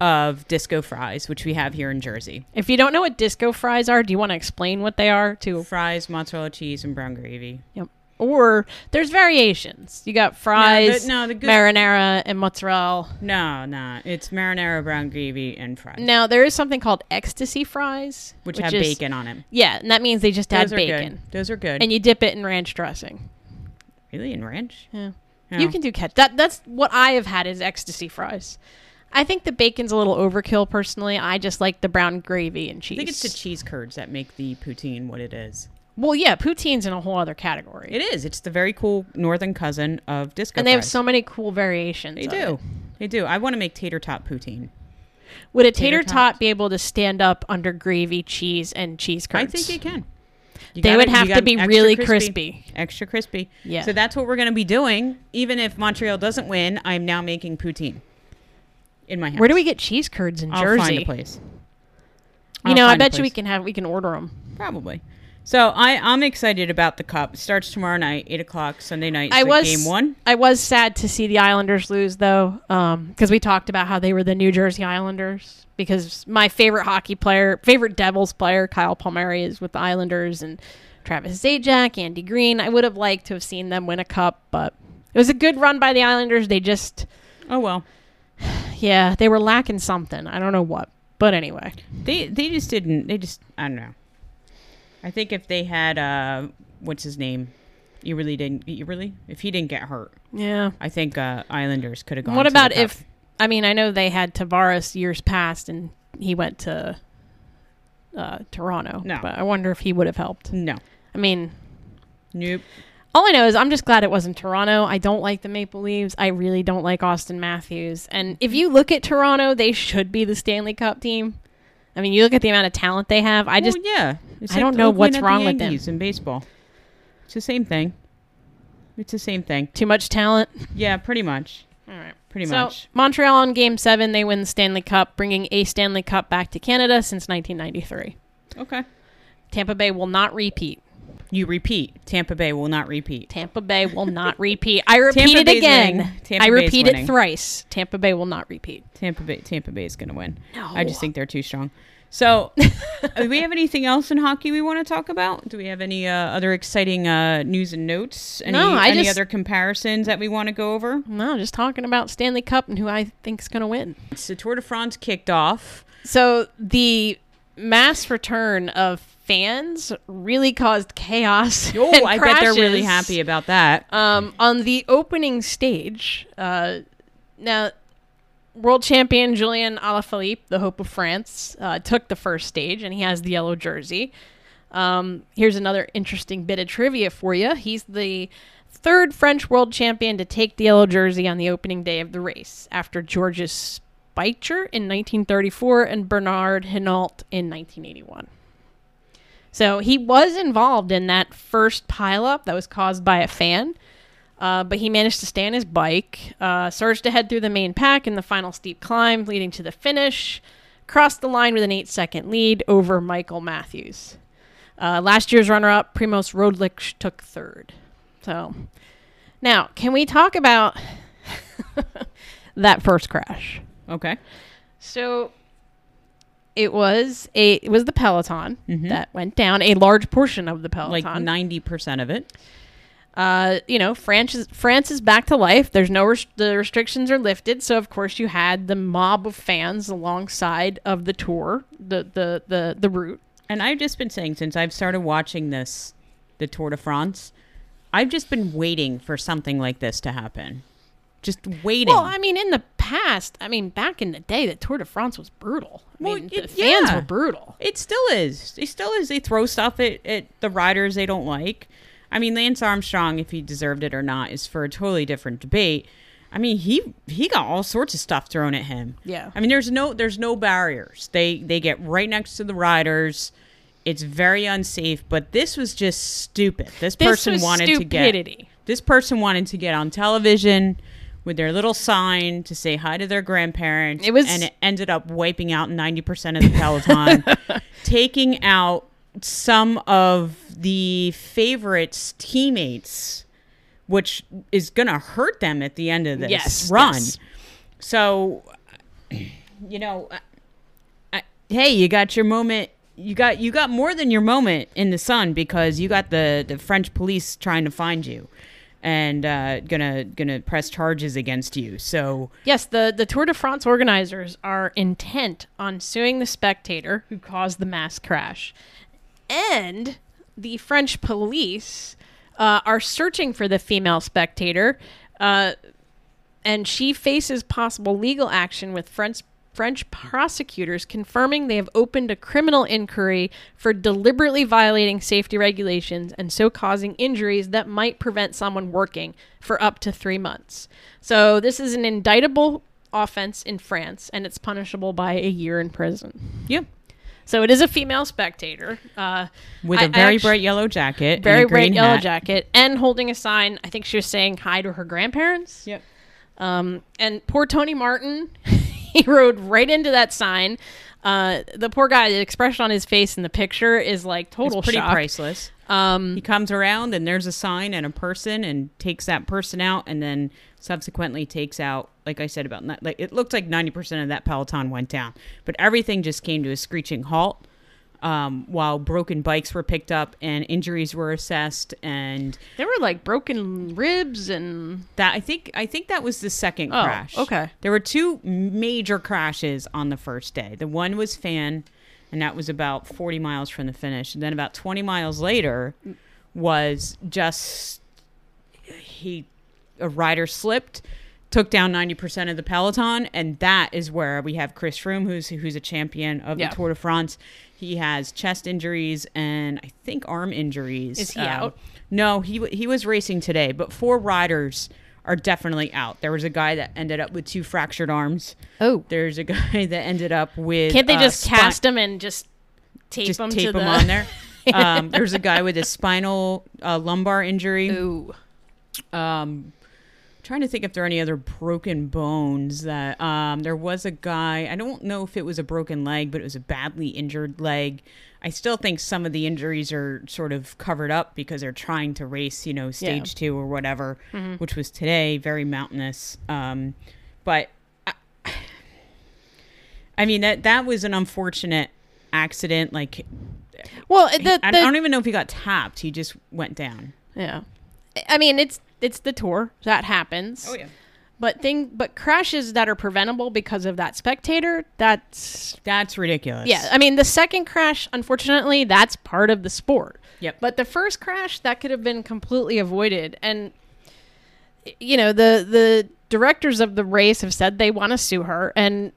[SPEAKER 1] of disco fries, which we have here in Jersey.
[SPEAKER 2] If you don't know what disco fries are, do you want to explain what they are to?
[SPEAKER 1] Fries, mozzarella cheese, and brown gravy.
[SPEAKER 2] Yep. Or there's variations. You got fries,
[SPEAKER 1] no, the good-
[SPEAKER 2] marinara, and mozzarella.
[SPEAKER 1] No, no, it's marinara, brown gravy, and fries,
[SPEAKER 2] Now there is something called ecstasy fries,
[SPEAKER 1] which, have
[SPEAKER 2] is-
[SPEAKER 1] bacon on it.
[SPEAKER 2] Yeah, and that means they just add
[SPEAKER 1] Those are
[SPEAKER 2] bacon,
[SPEAKER 1] good. Those are good.
[SPEAKER 2] and you dip it in ranch dressing.
[SPEAKER 1] really in ranch?
[SPEAKER 2] Yeah.
[SPEAKER 1] No.
[SPEAKER 2] You can do catch. That that's what I have had is ecstasy fries. I think the bacon's a little overkill personally. I just like the brown gravy and cheese.
[SPEAKER 1] I think it's the cheese curds that make the poutine what it is.
[SPEAKER 2] well, yeah, poutine's in a whole other category.
[SPEAKER 1] It is. It's the very cool northern cousin of disco.
[SPEAKER 2] and they have
[SPEAKER 1] fries.
[SPEAKER 2] so many cool variations.
[SPEAKER 1] They
[SPEAKER 2] of
[SPEAKER 1] do.
[SPEAKER 2] it.
[SPEAKER 1] They do. I want to make tater tot poutine.
[SPEAKER 2] Would a tater,
[SPEAKER 1] Tater
[SPEAKER 2] tot be able to stand up under gravy, cheese, and cheese
[SPEAKER 1] I
[SPEAKER 2] curds?
[SPEAKER 1] think you can. You
[SPEAKER 2] They
[SPEAKER 1] gotta-
[SPEAKER 2] would
[SPEAKER 1] you
[SPEAKER 2] have
[SPEAKER 1] gotta
[SPEAKER 2] to be
[SPEAKER 1] extra
[SPEAKER 2] really crispy.
[SPEAKER 1] Extra crispy.
[SPEAKER 2] Yeah.
[SPEAKER 1] So that's what we're going to be doing. Even if Montreal doesn't win, I'm now making poutine in my house.
[SPEAKER 2] Where do we get cheese curds in
[SPEAKER 1] I'll
[SPEAKER 2] Jersey?
[SPEAKER 1] find a place.
[SPEAKER 2] You
[SPEAKER 1] I'll
[SPEAKER 2] know, I
[SPEAKER 1] find a
[SPEAKER 2] bet you we
[SPEAKER 1] place.
[SPEAKER 2] can have we can order them.
[SPEAKER 1] Probably. So I, I'm excited about the cup. It starts tomorrow night, 8 o'clock, Sunday night.
[SPEAKER 2] I
[SPEAKER 1] It's
[SPEAKER 2] was
[SPEAKER 1] like game one.
[SPEAKER 2] I was sad to see the Islanders lose though, because we talked about how they were the New Jersey Islanders. Because my favorite hockey player, favorite Devils player, Kyle Palmieri, is with the Islanders, and Travis Zajac, Andy Green. I would have liked to have seen them win a cup, but it was a good run by the Islanders. They just,
[SPEAKER 1] Oh well,
[SPEAKER 2] yeah, they were lacking something. I don't know what. But anyway,
[SPEAKER 1] they they just didn't. They just I don't know. I think if they had uh, what's his name, you really didn't. You really if he didn't get hurt,
[SPEAKER 2] yeah.
[SPEAKER 1] I think uh, Islanders could have gone.
[SPEAKER 2] What
[SPEAKER 1] to the
[SPEAKER 2] about
[SPEAKER 1] cup.
[SPEAKER 2] if? I mean, I know they had Tavares years past, and he went to uh, Toronto.
[SPEAKER 1] No.
[SPEAKER 2] but I wonder if he would have helped.
[SPEAKER 1] no?
[SPEAKER 2] I mean,
[SPEAKER 1] Nope.
[SPEAKER 2] all I know is I'm just glad it wasn't Toronto. I don't like the Maple Leaves. I really don't like Austin Matthews. And if you look at Toronto, they should be the Stanley Cup team. I mean, you look at the amount of talent they have. I just
[SPEAKER 1] well, yeah. It's
[SPEAKER 2] I don't know
[SPEAKER 1] looking
[SPEAKER 2] what's
[SPEAKER 1] at the
[SPEAKER 2] wrong with them.
[SPEAKER 1] Yankees In baseball, it's the same thing. It's the same thing.
[SPEAKER 2] too much talent.
[SPEAKER 1] Yeah, pretty much.
[SPEAKER 2] All right.
[SPEAKER 1] Pretty
[SPEAKER 2] so,
[SPEAKER 1] much.
[SPEAKER 2] Montreal in Game Seven, they win the Stanley Cup, bringing a Stanley Cup back to Canada since 1993.
[SPEAKER 1] Okay.
[SPEAKER 2] Tampa Bay will not repeat.
[SPEAKER 1] You repeat. Tampa Bay will not repeat.
[SPEAKER 2] Tampa Bay will not repeat. I repeat
[SPEAKER 1] Tampa
[SPEAKER 2] it
[SPEAKER 1] Bay's
[SPEAKER 2] again.
[SPEAKER 1] winning. Tampa
[SPEAKER 2] I
[SPEAKER 1] Bay's
[SPEAKER 2] repeat
[SPEAKER 1] winning.
[SPEAKER 2] it thrice. Tampa Bay will not repeat.
[SPEAKER 1] Tampa Bay. Tampa Bay is going to win.
[SPEAKER 2] No.
[SPEAKER 1] I just think they're too strong. So, do we have anything else in hockey we want to talk about? Do we have any uh, other exciting uh, news and notes? Any,
[SPEAKER 2] No, I
[SPEAKER 1] any
[SPEAKER 2] just-
[SPEAKER 1] other comparisons that we want to go over?
[SPEAKER 2] No, just talking about Stanley Cup and who I think's going to win.
[SPEAKER 1] So, Tour de France kicked off.
[SPEAKER 2] So the mass return of fans really caused chaos.
[SPEAKER 1] Oh,
[SPEAKER 2] and
[SPEAKER 1] I bet they're really
[SPEAKER 2] crashes.
[SPEAKER 1] happy about that.
[SPEAKER 2] Um, on the opening stage, uh, now world champion Julian Alaphilippe, the hope of France, uh, took the first stage, and he has the yellow jersey. Um, here's another interesting bit of trivia for you. He's the third French world champion to take the yellow jersey on the opening day of the race, after Georges Speicher in 1934 and Bernard Hinault in 1981. So he was involved in that first pileup that was caused by a fan, uh, but he managed to stay on his bike, uh, surged ahead through the main pack in the final steep climb leading to the finish, crossed the line with an eight second lead over Michael Matthews. Uh, last year's runner up, Primoz Roglic, took third. So now, can we talk about that first crash?
[SPEAKER 1] Okay.
[SPEAKER 2] So it was a it was the Peloton that went down a large portion of the
[SPEAKER 1] Mm-hmm. Like
[SPEAKER 2] Peloton.
[SPEAKER 1] 90% of it.
[SPEAKER 2] uh, you know, France is France is back to life. There's no res- the restrictions are lifted, so of course you had the mob of fans alongside of the tour, the the the the route.
[SPEAKER 1] And I've just been saying since I've started watching this, the Tour de France, I've just been waiting for something like this to happen. Just waiting.
[SPEAKER 2] Well, I mean, in the past, I mean, back in the day, the Tour de France was brutal. I
[SPEAKER 1] Well,
[SPEAKER 2] mean,
[SPEAKER 1] y-
[SPEAKER 2] the fans
[SPEAKER 1] yeah.
[SPEAKER 2] were brutal.
[SPEAKER 1] It still is. It still is. They throw stuff at, at the riders they don't like. I mean, Lance Armstrong, if he deserved it or not, is for a totally different debate. I mean, he he got all sorts of stuff thrown at him.
[SPEAKER 2] Yeah.
[SPEAKER 1] I mean, there's no there's no barriers. They they get right next to the riders. It's very unsafe, but this was just stupid. This,
[SPEAKER 2] This
[SPEAKER 1] person
[SPEAKER 2] was
[SPEAKER 1] wanted to get
[SPEAKER 2] stupidity.
[SPEAKER 1] this person wanted to get on television with their little sign to say hi to their grandparents.
[SPEAKER 2] It was-
[SPEAKER 1] and it ended up wiping out 90% of the peloton, taking out some of the favorites' teammates, which is going to hurt them at the end of this
[SPEAKER 2] Yes,
[SPEAKER 1] run.
[SPEAKER 2] yes.
[SPEAKER 1] So, you know, I, I, hey, you got your moment. You got you got more than your moment in the sun because you got the, the French police trying to find you and uh, gonna gonna press charges against you. So
[SPEAKER 2] Yes, the, the Tour de France organizers are intent on suing the spectator who caused the mass crash. And the French police uh, are searching for the female spectator, uh, and she faces possible legal action with French, French prosecutors confirming they have opened a criminal inquiry for deliberately violating safety regulations and so causing injuries that might prevent someone working for up to three months. So, this is an indictable offense in France, and it's punishable by a year in prison.
[SPEAKER 1] yeah,
[SPEAKER 2] So it is a female spectator uh,
[SPEAKER 1] with
[SPEAKER 2] a
[SPEAKER 1] a very bright yellow jacket,
[SPEAKER 2] very
[SPEAKER 1] and a green
[SPEAKER 2] bright yellow
[SPEAKER 1] hat.
[SPEAKER 2] jacket, and holding a sign. I think she was saying hi to her grandparents.
[SPEAKER 1] Yep.
[SPEAKER 2] Um, and poor Tony Martin, he rode right into that sign. Uh, the poor guy, the expression on his face in the picture is like total
[SPEAKER 1] It's pretty
[SPEAKER 2] shock.
[SPEAKER 1] priceless.
[SPEAKER 2] Um,
[SPEAKER 1] He comes around and there's a sign and a person and takes that person out and then subsequently takes out, like I said about, ni- like it looked like 90% of that peloton went down, but everything just came to a screeching halt. um, while broken bikes were picked up and injuries were assessed and
[SPEAKER 2] There were like broken ribs and
[SPEAKER 1] that I think I think that was the second
[SPEAKER 2] Oh,
[SPEAKER 1] crash.
[SPEAKER 2] okay.
[SPEAKER 1] There were two major crashes on the first day. The one was Fan, and that was about 40 miles from the finish. And then about 20 miles later was just he a rider slipped, took down 90% of the peloton, and that is where we have Chris Froome, who's who's a champion of
[SPEAKER 2] Yeah.
[SPEAKER 1] the Tour de France. He has chest injuries and I think arm injuries.
[SPEAKER 2] Is he out?
[SPEAKER 1] Um, No, he w- he was racing today, but four riders are definitely out. There was a guy that ended up with two fractured arms.
[SPEAKER 2] oh,
[SPEAKER 1] There's a guy that ended up with
[SPEAKER 2] can't they
[SPEAKER 1] uh,
[SPEAKER 2] just
[SPEAKER 1] spine-
[SPEAKER 2] cast them and just tape
[SPEAKER 1] just
[SPEAKER 2] them
[SPEAKER 1] tape
[SPEAKER 2] to
[SPEAKER 1] him
[SPEAKER 2] the
[SPEAKER 1] on there? um, there's a guy with a spinal uh, lumbar injury.
[SPEAKER 2] Ooh.
[SPEAKER 1] Um, trying to think if there are any other broken bones that um, there was a guy. I don't know if it was a broken leg, but it was a badly injured leg. I still think some of the injuries are sort of covered up because they're trying to race, you know, stage two or whatever,
[SPEAKER 2] Mm-hmm.
[SPEAKER 1] which was today, very mountainous. Um, but I, I mean that that was an unfortunate accident. Like
[SPEAKER 2] Well, the, the
[SPEAKER 1] I, I don't even know if he got tapped; he just went down.
[SPEAKER 2] yeah, I mean it's it's the tour that happens.
[SPEAKER 1] Oh,
[SPEAKER 2] But thing but crashes that are preventable because of that spectator, that's
[SPEAKER 1] that's ridiculous.
[SPEAKER 2] yeah, I mean the second crash, unfortunately, that's part of the sport.
[SPEAKER 1] Yep.
[SPEAKER 2] But the first crash that could have been completely avoided and you know, the the directors of the race have said they want to sue her and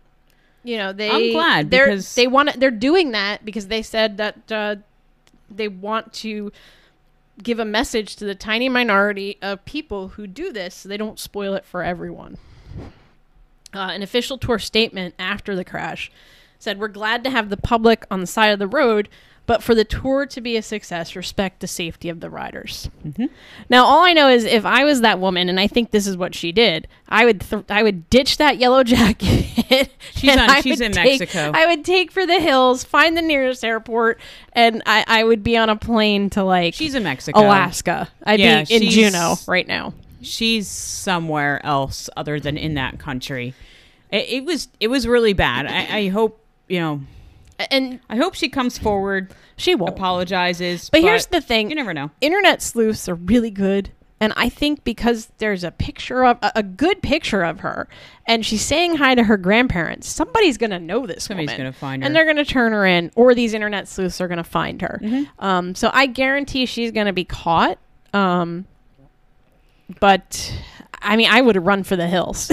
[SPEAKER 2] you know, they
[SPEAKER 1] I'm glad
[SPEAKER 2] they're
[SPEAKER 1] because-
[SPEAKER 2] they want they're doing that because they said that uh, they want to give a message to the tiny minority of people who do this so they don't spoil it for everyone. Uh, an official tour statement after the crash said, We're glad to have the public on the side of the road, but for the tour to be a success, respect the safety of the riders.
[SPEAKER 1] Mm-hmm.
[SPEAKER 2] Now, all I know is if I was that woman, and I think this is what she did, I would th- I would ditch that yellow jacket.
[SPEAKER 1] She's
[SPEAKER 2] and
[SPEAKER 1] on-
[SPEAKER 2] I
[SPEAKER 1] she's
[SPEAKER 2] would
[SPEAKER 1] in
[SPEAKER 2] take-
[SPEAKER 1] Mexico.
[SPEAKER 2] I would take for the hills, find the nearest airport, and I, I would be on a plane to like
[SPEAKER 1] She's in Mexico.
[SPEAKER 2] Alaska. I'd
[SPEAKER 1] Yeah,
[SPEAKER 2] be in
[SPEAKER 1] she's-
[SPEAKER 2] Juneau right now.
[SPEAKER 1] She's somewhere else other than in that country. It, it was it was really bad. I, I hope you know.
[SPEAKER 2] And
[SPEAKER 1] I hope she comes forward,
[SPEAKER 2] she won't.
[SPEAKER 1] apologizes.
[SPEAKER 2] But here's the thing.
[SPEAKER 1] you never know.
[SPEAKER 2] internet sleuths are really good and i think because there's a picture of a, a good picture of her and she's saying hi to her grandparents somebody's gonna know this
[SPEAKER 1] Somebody's
[SPEAKER 2] woman,
[SPEAKER 1] gonna find her.
[SPEAKER 2] and they're gonna turn her in or these internet sleuths are gonna find her
[SPEAKER 1] Mm-hmm.
[SPEAKER 2] um, so i guarantee she's gonna be caught um, but i mean i would have run for the hills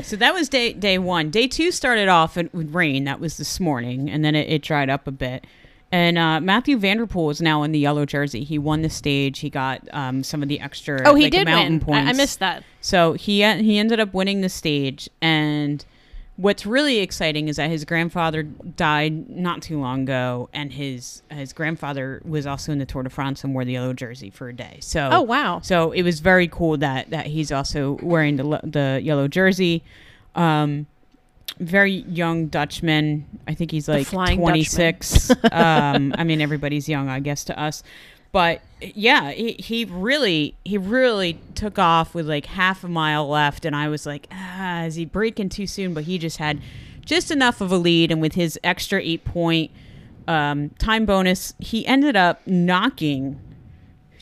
[SPEAKER 1] So that was day day one. Day two started off in, with rain. That was this morning, and then it, it dried up a bit. And uh, Matthew Vanderpool is now in the yellow jersey. He won the stage. He got um, some of the extra.
[SPEAKER 2] oh he
[SPEAKER 1] like,
[SPEAKER 2] did
[SPEAKER 1] mountain
[SPEAKER 2] win
[SPEAKER 1] points.
[SPEAKER 2] I, I missed that
[SPEAKER 1] So he uh, he ended up winning the stage, and what's really exciting is that his grandfather died not too long ago, and his his grandfather was also in the Tour de France and wore the yellow jersey for a day. So
[SPEAKER 2] oh wow
[SPEAKER 1] so it was very cool that that he's also wearing the le- the yellow jersey. Um, very young Dutchman. I think he's like
[SPEAKER 2] Flying
[SPEAKER 1] 26. um, I mean, everybody's young, I guess, to us. But yeah, he, he really he really took off with like half a mile left, and I was like, ah, is he breaking too soon? But he just had just enough of a lead, and with his extra eight point um, time bonus, he ended up knocking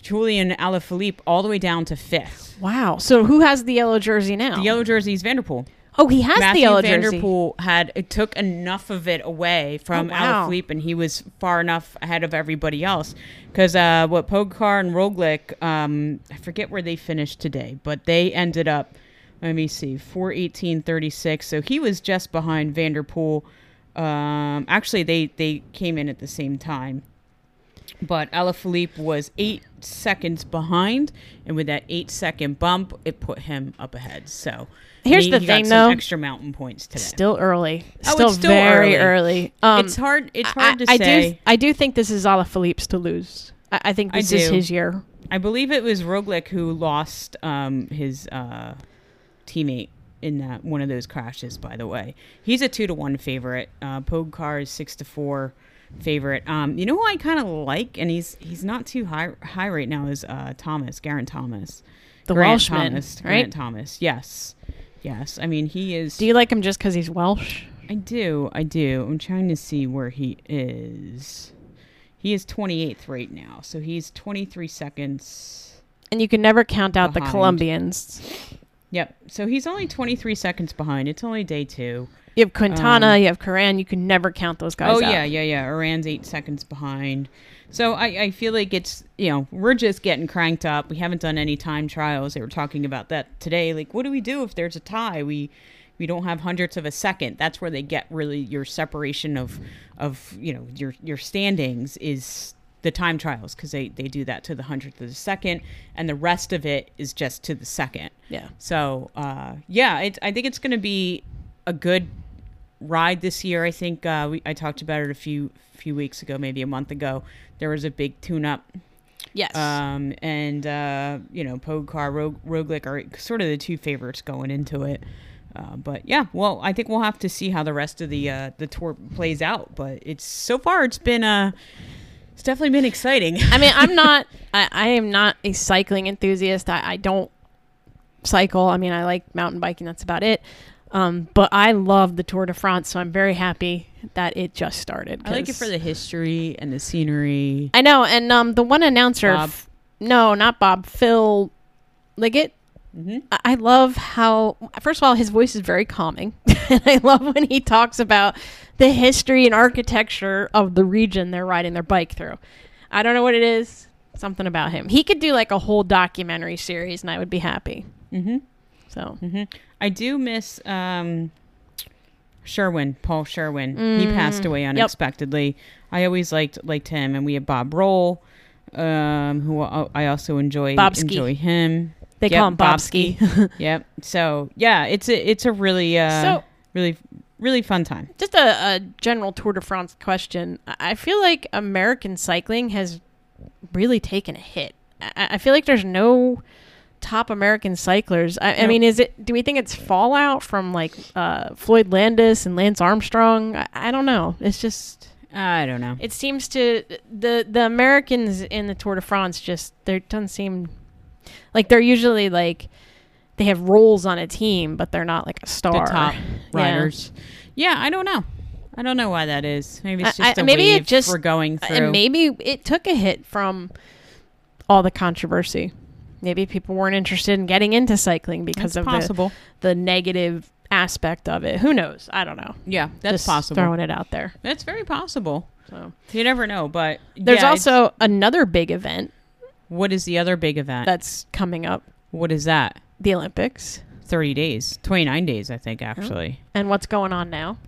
[SPEAKER 1] Julian Alaphilippe all the way down to fifth.
[SPEAKER 2] wow so who has the yellow jersey now
[SPEAKER 1] The yellow jersey is Vanderpool.
[SPEAKER 2] oh he has
[SPEAKER 1] Matthew
[SPEAKER 2] the yellow jersey
[SPEAKER 1] Vanderpool had it took enough of it away from
[SPEAKER 2] Oh, wow.
[SPEAKER 1] Alaphilippe, and he was far enough ahead of everybody else. Because uh, what Pogacar and Roglic, um, I forget where they finished today, but they ended up. Let me see, four eighteen thirty six. So he was just behind Vanderpool. Um, actually, they they came in at the same time. But Alaphilippe was eight seconds behind, and with that eight second bump, it put him up ahead. So
[SPEAKER 2] Here's
[SPEAKER 1] he-
[SPEAKER 2] the
[SPEAKER 1] he
[SPEAKER 2] thing,
[SPEAKER 1] got some
[SPEAKER 2] though.
[SPEAKER 1] extra mountain points today.
[SPEAKER 2] Still early.
[SPEAKER 1] Oh,
[SPEAKER 2] Still,
[SPEAKER 1] it's still
[SPEAKER 2] very
[SPEAKER 1] early.
[SPEAKER 2] early. Um,
[SPEAKER 1] it's hard. It's
[SPEAKER 2] I-
[SPEAKER 1] hard to
[SPEAKER 2] I,
[SPEAKER 1] say. I,
[SPEAKER 2] do. I do think this is Alaphilippe's to lose. I, I think
[SPEAKER 1] I
[SPEAKER 2] this is
[SPEAKER 1] do.
[SPEAKER 2] his year.
[SPEAKER 1] believe it was Roglic who lost um, his uh, teammate in that one of those crashes. By the way, he's a two to one favorite. Uh, Pogacar is six to four favorite. Um, you know who I kind of like, and he's he's not too high high right now is uh, Thomas Garrett Thomas,
[SPEAKER 2] The
[SPEAKER 1] Grant
[SPEAKER 2] Welshman,
[SPEAKER 1] Thomas,
[SPEAKER 2] right?
[SPEAKER 1] Grant Thomas. Yes, yes. I mean he is.
[SPEAKER 2] Do you like him just because he's Welsh?
[SPEAKER 1] I do. I do. I'm trying to see where he is. He is 28th right now, so he's 23 seconds.
[SPEAKER 2] And you can never count out the
[SPEAKER 1] Behind.
[SPEAKER 2] Colombians.
[SPEAKER 1] Yep. So he's only 23 seconds behind. It's only day two.
[SPEAKER 2] You have Quintana,
[SPEAKER 1] Um,
[SPEAKER 2] you have Coran. You can never count those guys
[SPEAKER 1] oh
[SPEAKER 2] out.
[SPEAKER 1] yeah, yeah, yeah. Iran's eight seconds behind. So I, I feel like it's you know we're just getting cranked up. We haven't done any time trials. They were talking about that today. Like, what do we do if there's a tie? We we don't have hundredths of a second. That's where they get really your separation of of you know your your standings is the time trials because they they do that to the hundredth of the second, and the rest of it is just to the second.
[SPEAKER 2] Yeah.
[SPEAKER 1] So uh, yeah, it, I think it's going to be a good ride this year. I think uh, we, I talked about it a few few weeks ago, maybe a month ago. There was a big tune-up,
[SPEAKER 2] Yes.
[SPEAKER 1] um, and uh, you know, Pogacar, Rog- Roglic are sort of the two favorites going into it. Uh, but yeah, well, I think we'll have to see how the rest of the uh, the tour plays out. But it's so far, it's been uh, it's definitely been exciting.
[SPEAKER 2] I mean, I'm not. I, I am not a cycling enthusiast. I, I don't cycle. I mean, I like mountain biking. That's about it. Um, but I love the Tour de France, so I'm very happy that it just started.
[SPEAKER 1] I like it
[SPEAKER 2] 'cause-
[SPEAKER 1] for the history and the scenery.
[SPEAKER 2] I know, and um, the one announcer.
[SPEAKER 1] Bob.
[SPEAKER 2] f- no, not Bob. Phil Liggett.
[SPEAKER 1] Mhm.
[SPEAKER 2] I- I love how, first of all, his voice is very calming. and I love when he talks about the history and architecture of the region they're riding their bike through. I don't know what it is, something about him. He could do like a whole documentary series and I would be happy.
[SPEAKER 1] Mm-hmm.
[SPEAKER 2] So,
[SPEAKER 1] hmm I do miss um, Sherwin, Paul Sherwin.
[SPEAKER 2] Mm-hmm.
[SPEAKER 1] He passed away unexpectedly. I always liked liked him, and we had Bob Roll, um, who I I also enjoy
[SPEAKER 2] Bobski.
[SPEAKER 1] enjoy him.
[SPEAKER 2] They
[SPEAKER 1] Yep,
[SPEAKER 2] call him Bobski.
[SPEAKER 1] yep. So yeah, it's a it's a really uh,
[SPEAKER 2] So-
[SPEAKER 1] really really fun time.
[SPEAKER 2] just a, a general Tour de France question. I I feel like American cycling has really taken a hit. I, I feel like there's no top American cyclers. I, I
[SPEAKER 1] Nope.
[SPEAKER 2] mean, is it? Do we think it's fallout from like uh, Floyd Landis and Lance Armstrong? I, I don't know. It's just
[SPEAKER 1] I don't know.
[SPEAKER 2] it seems to the the Americans in the Tour de France just there doesn't seem like they're usually like they have roles on a team, but they're not like a
[SPEAKER 1] The
[SPEAKER 2] star.
[SPEAKER 1] top
[SPEAKER 2] Yeah.
[SPEAKER 1] riders. Yeah. I don't know. I don't know why that is. Maybe it's
[SPEAKER 2] I- I-
[SPEAKER 1] just a
[SPEAKER 2] maybe it
[SPEAKER 1] wave
[SPEAKER 2] just-
[SPEAKER 1] we're going through.
[SPEAKER 2] And maybe it took a hit from all the controversy. Maybe people weren't interested in getting into cycling because
[SPEAKER 1] that's
[SPEAKER 2] of the,
[SPEAKER 1] possible.
[SPEAKER 2] the negative aspect of it. Who knows? I don't know.
[SPEAKER 1] yeah, that's
[SPEAKER 2] Just
[SPEAKER 1] possible.
[SPEAKER 2] Throwing it out there.
[SPEAKER 1] That's very possible.
[SPEAKER 2] So
[SPEAKER 1] You never know, but
[SPEAKER 2] there's
[SPEAKER 1] yeah, it's-
[SPEAKER 2] also another big event
[SPEAKER 1] what is the other big event?
[SPEAKER 2] that's coming up,
[SPEAKER 1] what is that?
[SPEAKER 2] the Olympics,
[SPEAKER 1] Thirty days, twenty nine days, I
[SPEAKER 2] Oh.
[SPEAKER 1] think actually.
[SPEAKER 2] and what's going on now?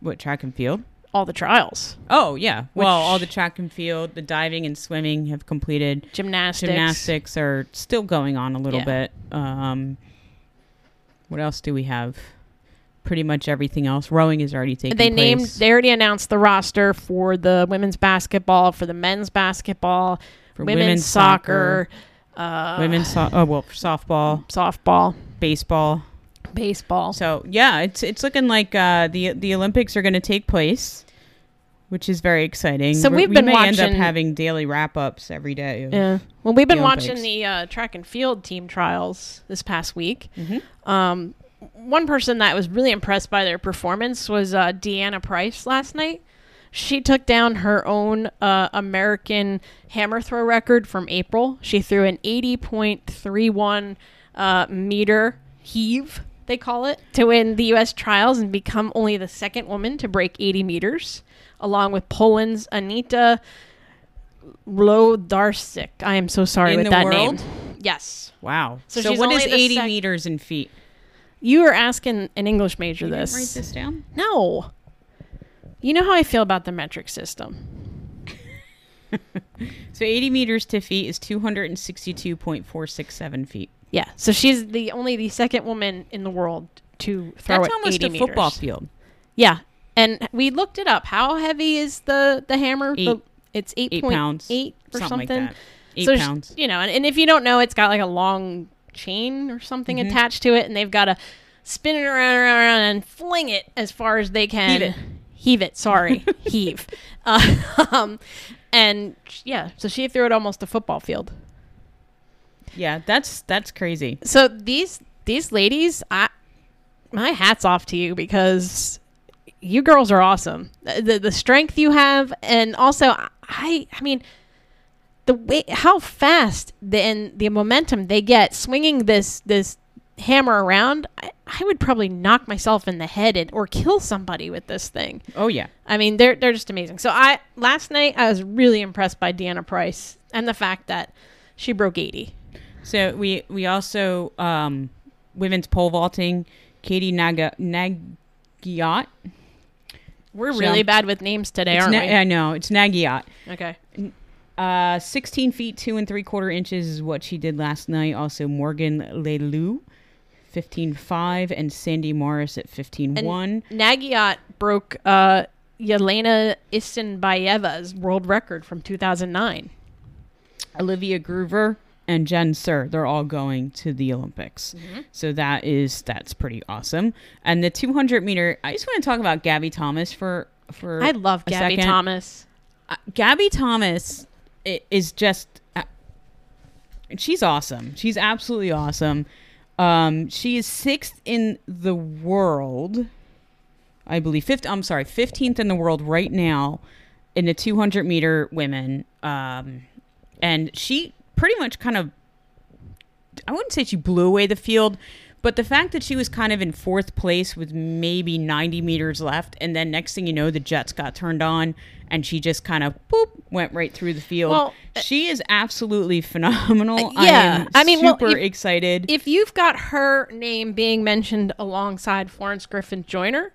[SPEAKER 1] What track and field?
[SPEAKER 2] All the trials,
[SPEAKER 1] Oh yeah. well,
[SPEAKER 2] Which-
[SPEAKER 1] all the track and field, the diving and swimming have completed.
[SPEAKER 2] gymnastics.
[SPEAKER 1] Gymnastics are still going on a little
[SPEAKER 2] Yeah.
[SPEAKER 1] bit. Um, what else do we have? Pretty much everything else. Rowing is already taking
[SPEAKER 2] They named.
[SPEAKER 1] place
[SPEAKER 2] They already announced the roster for the women's basketball, for the men's basketball,
[SPEAKER 1] for
[SPEAKER 2] women's, soccer, uh,
[SPEAKER 1] women's so- oh well, softball,
[SPEAKER 2] softball,
[SPEAKER 1] baseball.
[SPEAKER 2] baseball.
[SPEAKER 1] So yeah, it's it's looking like uh, the the Olympics are going to take place, which is very exciting.
[SPEAKER 2] So
[SPEAKER 1] We-
[SPEAKER 2] we've
[SPEAKER 1] we
[SPEAKER 2] been
[SPEAKER 1] may end
[SPEAKER 2] watching-
[SPEAKER 1] up having daily wrap ups every day.
[SPEAKER 2] Yeah. Well, we've been
[SPEAKER 1] The
[SPEAKER 2] watching
[SPEAKER 1] Olympics.
[SPEAKER 2] the uh, track and field team trials this past week.
[SPEAKER 1] Mhm.
[SPEAKER 2] Um, one person that was really impressed by their performance was uh, Deanna Price last night. She took down her own uh, American hammer throw record from April. She threw an 80.31 uh, meter heave, they call it, to win the U.S. trials and become only the second woman to break 80 meters, along with Poland's Anita Lodarsik. I am so sorry
[SPEAKER 1] In
[SPEAKER 2] with
[SPEAKER 1] the
[SPEAKER 2] that
[SPEAKER 1] world?
[SPEAKER 2] name. Yes.
[SPEAKER 1] Wow.
[SPEAKER 2] So
[SPEAKER 1] So,
[SPEAKER 2] she's
[SPEAKER 1] what
[SPEAKER 2] only
[SPEAKER 1] is
[SPEAKER 2] the
[SPEAKER 1] eighty
[SPEAKER 2] sec-
[SPEAKER 1] meters in feet?
[SPEAKER 2] You are asking an English major
[SPEAKER 1] You didn't
[SPEAKER 2] this.
[SPEAKER 1] write this down.
[SPEAKER 2] No. You know how I feel about the metric system.
[SPEAKER 1] So eighty meters to feet is two hundred and sixty two point four six seven feet.
[SPEAKER 2] Yeah. So she's the only the second woman in the world to throw
[SPEAKER 1] That's
[SPEAKER 2] at
[SPEAKER 1] almost
[SPEAKER 2] 80
[SPEAKER 1] a football
[SPEAKER 2] meters.
[SPEAKER 1] field.
[SPEAKER 2] Yeah. And we looked it up. How heavy is the the hammer? The-
[SPEAKER 1] Eight.
[SPEAKER 2] it's
[SPEAKER 1] Eight
[SPEAKER 2] 8.8
[SPEAKER 1] pounds,
[SPEAKER 2] or something.
[SPEAKER 1] something, like that. Eight
[SPEAKER 2] So sh-
[SPEAKER 1] pounds.
[SPEAKER 2] you know, and, and if you don't know, it's got like a long chain or something
[SPEAKER 1] Mhm.
[SPEAKER 2] attached to it, and they've got to spin it around, around, around and fling it as far as they can.
[SPEAKER 1] Heave it.
[SPEAKER 2] Heave it. Sorry, heave. Uh, um, and yeah, so she threw it almost a football field.
[SPEAKER 1] yeah, that's that's crazy.
[SPEAKER 2] So these these ladies, I my hats off to you because you girls are awesome. The the strength you have, and also I I mean, the way how fast the, and the momentum they get swinging this this hammer around. I, I would probably knock myself in the head and or kill somebody with this thing.
[SPEAKER 1] Oh yeah.
[SPEAKER 2] I mean, they're they're just amazing. So I last night I was really impressed by Deanna Price and the fact that she broke eighty.
[SPEAKER 1] So we we also um, women's pole vaulting. Katie Naga Nagyot.
[SPEAKER 2] We're
[SPEAKER 1] So-
[SPEAKER 2] really bad with names today,
[SPEAKER 1] um, It's
[SPEAKER 2] aren't
[SPEAKER 1] Na-
[SPEAKER 2] we?
[SPEAKER 1] I know it's Nagyot.
[SPEAKER 2] okay.
[SPEAKER 1] Uh, 16 feet two and three quarter inches is what she did last night. Also Morgan Lelou, 15.5, and Sandy Morris at 15.1.
[SPEAKER 2] Nagyot broke uh, Yelena Isinbayeva's world record from 2009.
[SPEAKER 1] Olivia Groover and Jen Sir, they're all going to the Olympics. So that is that's pretty awesome. And the 200 meter, I just want to talk about Gabby Thomas for for
[SPEAKER 2] I love
[SPEAKER 1] a
[SPEAKER 2] Gabby
[SPEAKER 1] second.
[SPEAKER 2] Thomas.
[SPEAKER 1] Uh, Gabby Thomas i- is just uh, she's awesome. She's absolutely awesome. Um, she is sixth in the world, I believe. Fifth, I'm sorry, fifteenth in the world right now in the 200 meter women. Um, and she pretty much kind of I wouldn't say she blew away the field, but the fact that she was kind of in fourth place with maybe 90 meters left, and then next thing you know, the Jets got turned on, and she just kind of boop went right through the field.
[SPEAKER 2] Well, uh,
[SPEAKER 1] she is absolutely phenomenal.
[SPEAKER 2] Uh, yeah.
[SPEAKER 1] I,
[SPEAKER 2] I
[SPEAKER 1] mean,
[SPEAKER 2] mean, well,
[SPEAKER 1] super
[SPEAKER 2] if-
[SPEAKER 1] excited.
[SPEAKER 2] If you've got her name being mentioned alongside Florence Griffin Joyner,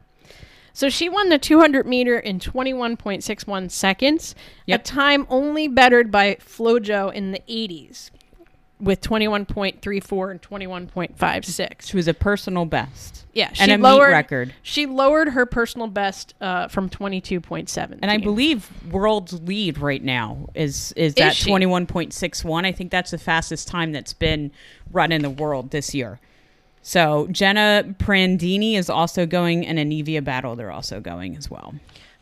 [SPEAKER 2] so she won the 200 meter in 21.61 seconds,
[SPEAKER 1] Yep.
[SPEAKER 2] a time only bettered by Flojo in the 80s with 21.34 and 21.56.
[SPEAKER 1] she was a personal best.
[SPEAKER 2] Yeah, she
[SPEAKER 1] and a
[SPEAKER 2] lowered
[SPEAKER 1] meet record.
[SPEAKER 2] She lowered her personal best uh, from 22.7.
[SPEAKER 1] And I believe world's lead right now is is that
[SPEAKER 2] she?
[SPEAKER 1] 21.61. I think that's the fastest time that's been run in the world this year. So Jenna Prandini is also going, and Anivia Battle they're also going as well.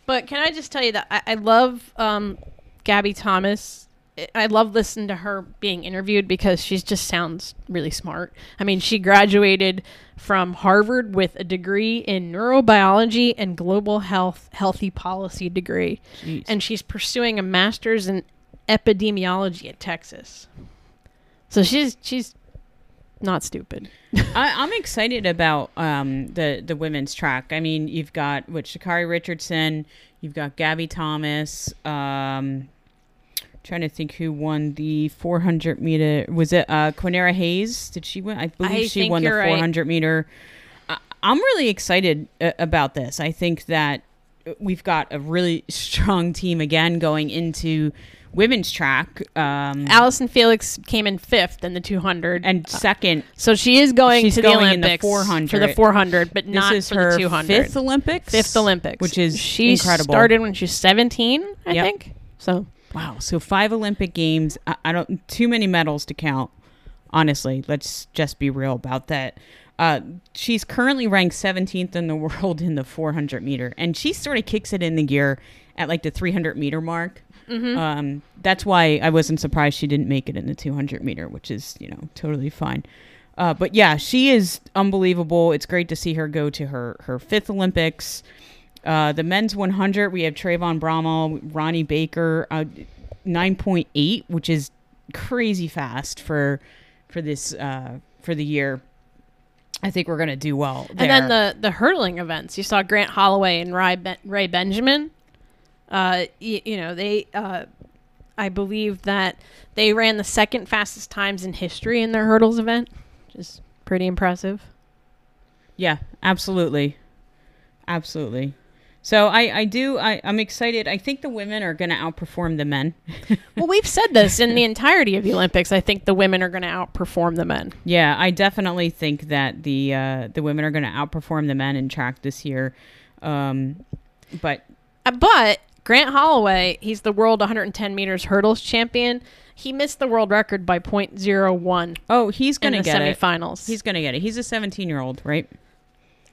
[SPEAKER 2] But can I just tell you that I, I love um, Gabby Thomas. I- I love listening to her being interviewed because she just sounds really smart. I mean, she graduated from Harvard with a degree in neurobiology and global health healthy policy degree,
[SPEAKER 1] Jeez.
[SPEAKER 2] and she's pursuing a master's in epidemiology at Texas. So she's she's not stupid.
[SPEAKER 1] I, I'm excited about um, the the women's track. I mean, you've got what Shakari Richardson, you've got Gabby Thomas. Um, trying to think who won the 400 meter. Was it uh, Quinera Hayes? Did she win? I believe
[SPEAKER 2] I
[SPEAKER 1] she
[SPEAKER 2] think
[SPEAKER 1] won the
[SPEAKER 2] you're right.
[SPEAKER 1] 400 meter. I, I'm really excited uh, about this. I think that we've got a really strong team again going into women's track um,
[SPEAKER 2] Allison Felix came in fifth in the 200
[SPEAKER 1] and second.
[SPEAKER 2] So she is going
[SPEAKER 1] She's
[SPEAKER 2] to the
[SPEAKER 1] going in the
[SPEAKER 2] Olympics for the
[SPEAKER 1] 400.
[SPEAKER 2] 400, but
[SPEAKER 1] This
[SPEAKER 2] not
[SPEAKER 1] is
[SPEAKER 2] for
[SPEAKER 1] her
[SPEAKER 2] the 200.
[SPEAKER 1] fifth Olympics.
[SPEAKER 2] Fifth Olympics,
[SPEAKER 1] which is
[SPEAKER 2] she
[SPEAKER 1] incredible.
[SPEAKER 2] started when she was 17, I
[SPEAKER 1] Yep.
[SPEAKER 2] think. So
[SPEAKER 1] Wow. So five Olympic games. I, I don't too many medals to count. Honestly, let's just be real about that. Uh, she's currently ranked 17th in the world in the 400 meter, and she sort of kicks it in the gear at like the 300 meter mark.
[SPEAKER 2] Mm-hmm.
[SPEAKER 1] Um, that's why I wasn't surprised she didn't make it in the 200 meter, which is you know totally fine. Uh, but yeah, she is unbelievable. It's great to see her go to her her fifth Olympics. Uh, the men's 100, we have Trayvon Bromell, Ronnie Baker, uh, 9.8, which is crazy fast for for this uh, for the year. I think we're gonna do well. There.
[SPEAKER 2] and then the the hurling events, you saw Grant Holloway and Ray, ben- Ray Benjamin. Uh, y- you know they, uh, I believe that they ran the second fastest times in history in their hurdles event, which is pretty impressive.
[SPEAKER 1] yeah, absolutely, absolutely. So I I do I I'm excited. I think the women are gonna outperform the men.
[SPEAKER 2] well, we've said this in the entirety of the Olympics. I think the women are going to outperform the men.
[SPEAKER 1] Yeah, I definitely think that the uh, the women are gonna outperform the men in track this year. Um, but
[SPEAKER 2] Uh, But Grant Holloway, he's the world 110 meters hurdles champion. He missed the world record by 0.01
[SPEAKER 1] oh, he's
[SPEAKER 2] in
[SPEAKER 1] gonna
[SPEAKER 2] the
[SPEAKER 1] get it.
[SPEAKER 2] semifinals.
[SPEAKER 1] He's gonna get it. He's a 17 year old, right?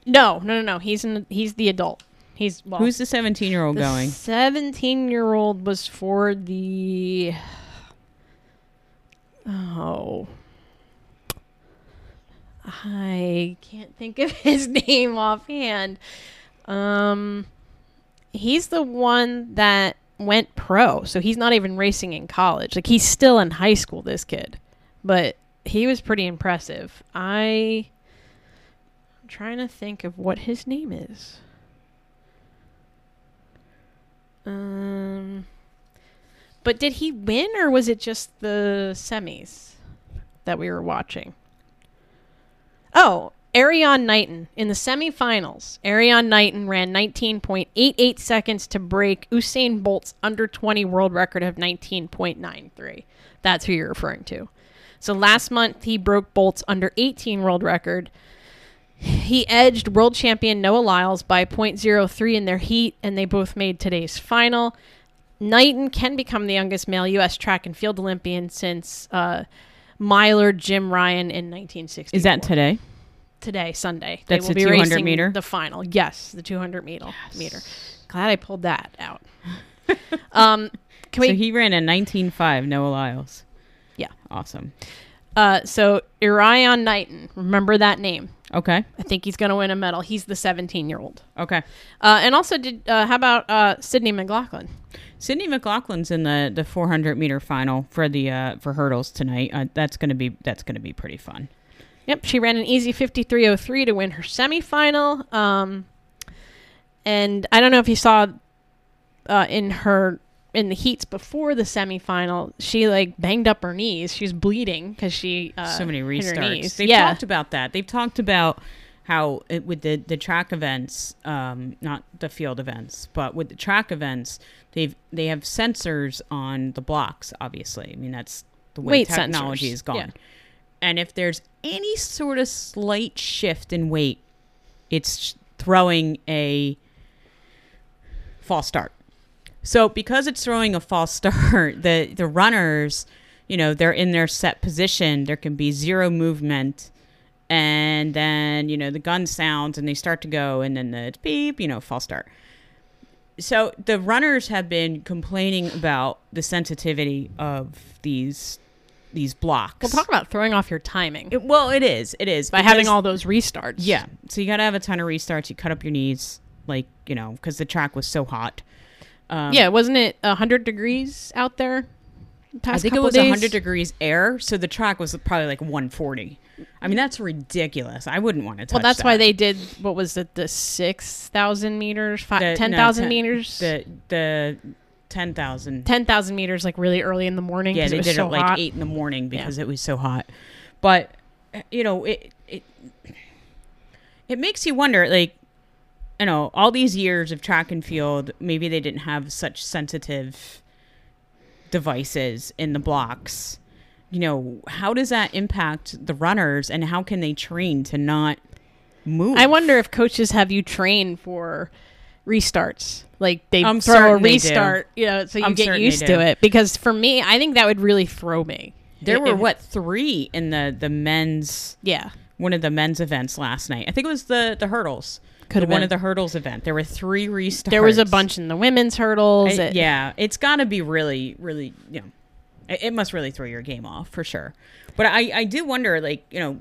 [SPEAKER 2] no, no, no, no. He's in, he's the adult. He's well,
[SPEAKER 1] Who's the 17 year old
[SPEAKER 2] the
[SPEAKER 1] going?
[SPEAKER 2] 17 year old was for the oh. I can't think of his name offhand. Um, he's the one that went pro, so he's not even racing in college. Like he's still in high school. This kid, but he was pretty impressive. I. I'm trying to think of what his name is. Um, but did he win, or was it just the semis that we were watching? Oh, Arion Knighton in the semifinals. Arion Knighton ran 19.88 seconds to break Usain Bolt's under 20 world record of 19.93. That's who you're referring to. So last month he broke Bolt's under 18 world record. He edged world champion Noah Lyles by 0.03 in their heat, and they both made today's final. Knighton can become the youngest male U.S. track and field Olympian since uh, miler Jim Ryan in 1960.
[SPEAKER 1] Is that today?
[SPEAKER 2] today, Sunday?
[SPEAKER 1] That's
[SPEAKER 2] they
[SPEAKER 1] the
[SPEAKER 2] will be
[SPEAKER 1] 200
[SPEAKER 2] racing
[SPEAKER 1] meter?
[SPEAKER 2] the final. Yes, the 200 meter. Meter. Glad I pulled that out. um, can we?
[SPEAKER 1] So he ran a 19.5, Noah Lyles.
[SPEAKER 2] Yeah. Awesome.
[SPEAKER 1] Awesome.
[SPEAKER 2] uh, so Irion Knighton, remember that name.
[SPEAKER 1] Okay.
[SPEAKER 2] I think he's going to win a medal. He's the 17 year old.
[SPEAKER 1] Okay.
[SPEAKER 2] Uh, and also, did uh, how about uh, Sydney McLaughlin?
[SPEAKER 1] Sydney McLaughlin's in the, the 400 meter final for the uh, for hurdles tonight. Uh, that's gonna be that's gonna be pretty fun.
[SPEAKER 2] Yep, she ran an easy 53.03 to win her semifinal. Um, and I don't know if you saw uh, in her in the heats before the semifinal, she like banged up her knees. She was bleeding because she uh,
[SPEAKER 1] so many
[SPEAKER 2] hit her
[SPEAKER 1] restarts.
[SPEAKER 2] knees.
[SPEAKER 1] They've
[SPEAKER 2] yeah,
[SPEAKER 1] talked about that. They've talked about how it, with the the track events, um, not the field events, but with the track events, they've they have sensors on the blocks. Obviously, I mean that's the way
[SPEAKER 2] Weight
[SPEAKER 1] technology
[SPEAKER 2] sensors,
[SPEAKER 1] is gone.
[SPEAKER 2] yeah.
[SPEAKER 1] And if there's any sort of slight shift in weight, it's throwing a false start. So because it's throwing a false start, the the runners, you know, they're in their set position. There can be zero movement, and then you know the gun sounds, and they start to go, and then the beep, you know, false start. So the runners have been complaining about the sensitivity of these these blocks.
[SPEAKER 2] we'll talk about throwing off your timing
[SPEAKER 1] It- well, it is, it is
[SPEAKER 2] by having
[SPEAKER 1] because-
[SPEAKER 2] all those restarts.
[SPEAKER 1] yeah. So you got to have a ton of restarts. You cut up your knees, like you know, because the track was so hot. Um,
[SPEAKER 2] yeah, wasn't it hundred degrees out there? the
[SPEAKER 1] I
[SPEAKER 2] Past
[SPEAKER 1] think it
[SPEAKER 2] couple
[SPEAKER 1] was
[SPEAKER 2] days?
[SPEAKER 1] 100 degrees air, so the track was probably like 140. I mean, that's ridiculous. I wouldn't want to touch
[SPEAKER 2] Well, that's
[SPEAKER 1] that.
[SPEAKER 2] why they did what was it, the six thousand meters,
[SPEAKER 1] The-
[SPEAKER 2] five, ten
[SPEAKER 1] no,
[SPEAKER 2] thousand
[SPEAKER 1] ten-
[SPEAKER 2] meters,
[SPEAKER 1] the the 10,000.
[SPEAKER 2] ten thousand meters, like really early in the morning.
[SPEAKER 1] Yeah,
[SPEAKER 2] 'cause
[SPEAKER 1] they
[SPEAKER 2] it was
[SPEAKER 1] did
[SPEAKER 2] so
[SPEAKER 1] it like
[SPEAKER 2] hot.
[SPEAKER 1] eight in the morning because it was so hot. But uh, you know, it it it makes you wonder, like you know, all these years of track and field, maybe they didn't have such sensitive devices in the blocks. You know, how does that impact the runners, and how can they train to not move?
[SPEAKER 2] I wonder if coaches have you train for restarts, like they
[SPEAKER 1] I'm
[SPEAKER 2] throw a
[SPEAKER 1] certain they do.
[SPEAKER 2] restart, you know, so you
[SPEAKER 1] I'm
[SPEAKER 2] get
[SPEAKER 1] certain they
[SPEAKER 2] used
[SPEAKER 1] do.
[SPEAKER 2] to it. Because for me, I think that would really throw me.
[SPEAKER 1] there
[SPEAKER 2] It-
[SPEAKER 1] were
[SPEAKER 2] it-
[SPEAKER 1] what three in the the men's
[SPEAKER 2] Yeah,
[SPEAKER 1] one of the men's events last night. I think it was the the hurdles.
[SPEAKER 2] Could
[SPEAKER 1] The
[SPEAKER 2] have
[SPEAKER 1] one
[SPEAKER 2] been.
[SPEAKER 1] of the hurdles event. There were three restarts.
[SPEAKER 2] there was a bunch in the women's hurdles.
[SPEAKER 1] I-
[SPEAKER 2] it-
[SPEAKER 1] yeah, it's got to be really, really. You know, it, it must really throw your game off for sure. But I, I do wonder, like you know,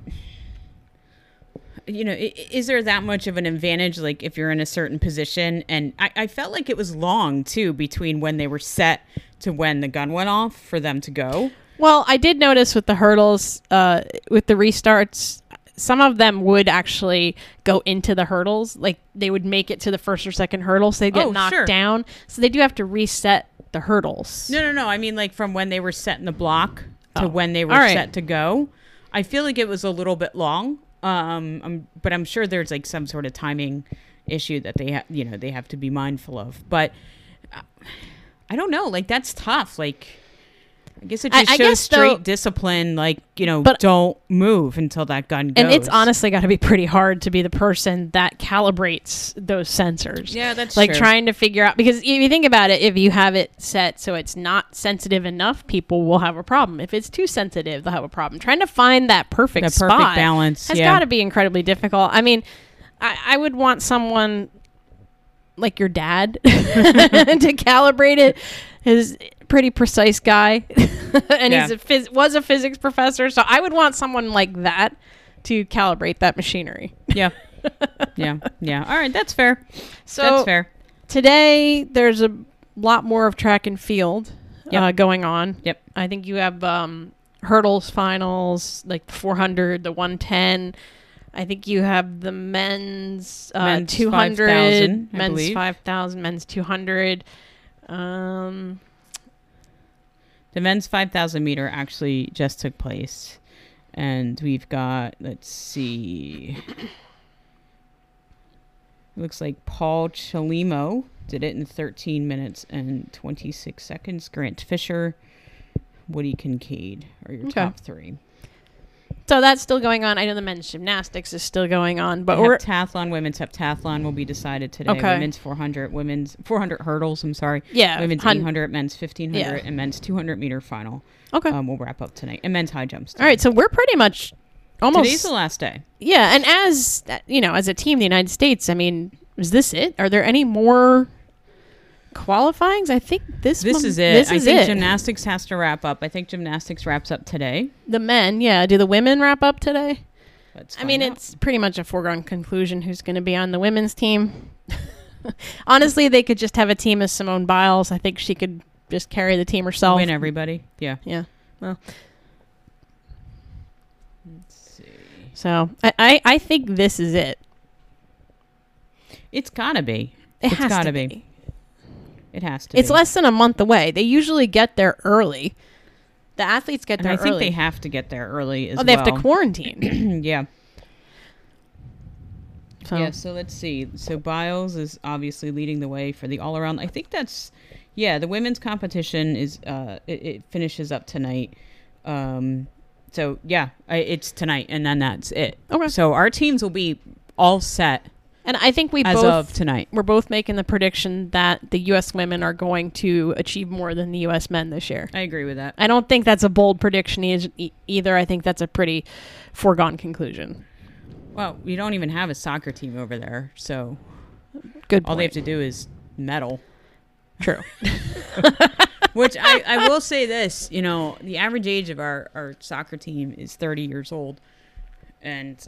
[SPEAKER 1] you know, i- i- is there that much of an advantage, like if you're in a certain position? And I, I felt like it was long too between when they were set to when the gun went off for them to go.
[SPEAKER 2] Well, I did notice with the hurdles, uh, with the restarts, some of them would actually go into the hurdles. Like they would make it to the first or second hurdle, so they get
[SPEAKER 1] Oh,
[SPEAKER 2] knocked
[SPEAKER 1] sure.
[SPEAKER 2] down. So they do have to reset the hurdles.
[SPEAKER 1] No, no, no. I mean, like from when they were setting the block to
[SPEAKER 2] Oh.
[SPEAKER 1] when they were
[SPEAKER 2] All right.
[SPEAKER 1] set to go. I feel like it was a little bit long. Um, um, but I'm sure there's like some sort of timing issue that they have, you know, they have to be mindful of. But uh, I don't know. Like that's tough. Like I guess it
[SPEAKER 2] I-
[SPEAKER 1] just
[SPEAKER 2] I
[SPEAKER 1] shows
[SPEAKER 2] guess,
[SPEAKER 1] straight
[SPEAKER 2] though-
[SPEAKER 1] discipline. Like you know,
[SPEAKER 2] But-
[SPEAKER 1] don't move until that gun goes.
[SPEAKER 2] And it's honestly got to be pretty hard to be the person that calibrates those sensors.
[SPEAKER 1] Yeah, that's
[SPEAKER 2] like
[SPEAKER 1] true.
[SPEAKER 2] trying to figure out because if you think about it, if you have it set so it's not sensitive enough, people will have a problem. If it's too sensitive, they'll have a problem. Trying to find that perfect
[SPEAKER 1] The perfect
[SPEAKER 2] spot
[SPEAKER 1] balance,
[SPEAKER 2] has
[SPEAKER 1] yeah.
[SPEAKER 2] got to be incredibly difficult. I mean, I, I would want someone like your dad to calibrate it. His pretty precise guy, and
[SPEAKER 1] Yeah.
[SPEAKER 2] he's a phys- was a physics professor. So I would want someone like that to calibrate that machinery.
[SPEAKER 1] Yeah. yeah, yeah. All right, that's fair.
[SPEAKER 2] So
[SPEAKER 1] that's fair.
[SPEAKER 2] today there's a lot more of track and field
[SPEAKER 1] Yep.
[SPEAKER 2] uh, going on.
[SPEAKER 1] Yep.
[SPEAKER 2] I think you have um, hurdles finals, like the 400, the 110. I think you have the men's, uh,
[SPEAKER 1] Men's
[SPEAKER 2] 200,
[SPEAKER 1] 5,000, I
[SPEAKER 2] men's
[SPEAKER 1] believe.
[SPEAKER 2] 5,000, men's 200. Um,
[SPEAKER 1] The men's 5,000 meter actually just took place. And we've got, let's see. Looks like Paul Chalimo did it in 13 minutes and 26 seconds. Grant Fisher, Woody Kincaid are your
[SPEAKER 2] Okay.
[SPEAKER 1] top three.
[SPEAKER 2] so that's still going on. I know the men's gymnastics is still going on, but
[SPEAKER 1] The
[SPEAKER 2] we're
[SPEAKER 1] heptathlon, women's heptathlon will be decided today.
[SPEAKER 2] Okay.
[SPEAKER 1] Women's 400, women's 400 hurdles, I'm sorry.
[SPEAKER 2] yeah,
[SPEAKER 1] women's
[SPEAKER 2] hun-
[SPEAKER 1] 800, men's 1500,
[SPEAKER 2] Yeah.
[SPEAKER 1] and men's 200 meter final.
[SPEAKER 2] Okay.
[SPEAKER 1] Um, we'll wrap up tonight. And men's high jumps.
[SPEAKER 2] All right, so we're pretty much almost
[SPEAKER 1] Today's the last day.
[SPEAKER 2] Yeah, and as uh, you know, as a team, the United States. I mean, is this it? Are there any more qualifyings? I think this.
[SPEAKER 1] This
[SPEAKER 2] one-
[SPEAKER 1] is it.
[SPEAKER 2] This
[SPEAKER 1] I
[SPEAKER 2] is
[SPEAKER 1] think
[SPEAKER 2] it.
[SPEAKER 1] gymnastics has to wrap up. I think gymnastics wraps up today.
[SPEAKER 2] the men. Yeah. Do the women wrap up today?
[SPEAKER 1] Let's
[SPEAKER 2] I mean,
[SPEAKER 1] find out.
[SPEAKER 2] it's pretty much a foregone conclusion who's going to be on the women's team. Honestly, they could just have a team as Simone Biles. I think she could just carry the team herself.
[SPEAKER 1] win everybody. Yeah.
[SPEAKER 2] Yeah. Well.
[SPEAKER 1] Let's see.
[SPEAKER 2] So I, I, I think this is it.
[SPEAKER 1] It's gotta be.
[SPEAKER 2] It
[SPEAKER 1] It's
[SPEAKER 2] has
[SPEAKER 1] gotta
[SPEAKER 2] to
[SPEAKER 1] be.
[SPEAKER 2] be.
[SPEAKER 1] It has to.
[SPEAKER 2] It's
[SPEAKER 1] be.
[SPEAKER 2] less than a month away. They usually get there early. The athletes get
[SPEAKER 1] And
[SPEAKER 2] there
[SPEAKER 1] I think
[SPEAKER 2] early.
[SPEAKER 1] they have to get there early as
[SPEAKER 2] oh, they
[SPEAKER 1] well.
[SPEAKER 2] have to quarantine.
[SPEAKER 1] yeah.
[SPEAKER 2] So.
[SPEAKER 1] Yeah. So let's see. So Biles is obviously leading the way for the all around. I think that's yeah. The women's competition is uh it, it finishes up tonight. Um. So yeah, I, it's tonight, and then that's it.
[SPEAKER 2] Okay.
[SPEAKER 1] So our teams will be all set
[SPEAKER 2] And I think we
[SPEAKER 1] as
[SPEAKER 2] both
[SPEAKER 1] of tonight.
[SPEAKER 2] we're both making the prediction that the U.S. women are going to achieve more than the U.S. men this year.
[SPEAKER 1] I agree with that.
[SPEAKER 2] I don't think that's a bold prediction e- e- either. I think that's a pretty foregone conclusion.
[SPEAKER 1] Well, we don't even have a soccer team over there, so
[SPEAKER 2] Good.
[SPEAKER 1] all they have
[SPEAKER 2] Point.
[SPEAKER 1] to do is medal.
[SPEAKER 2] True.
[SPEAKER 1] Which I, I will say this, you know, the average age of our, our soccer team is 30 years old, and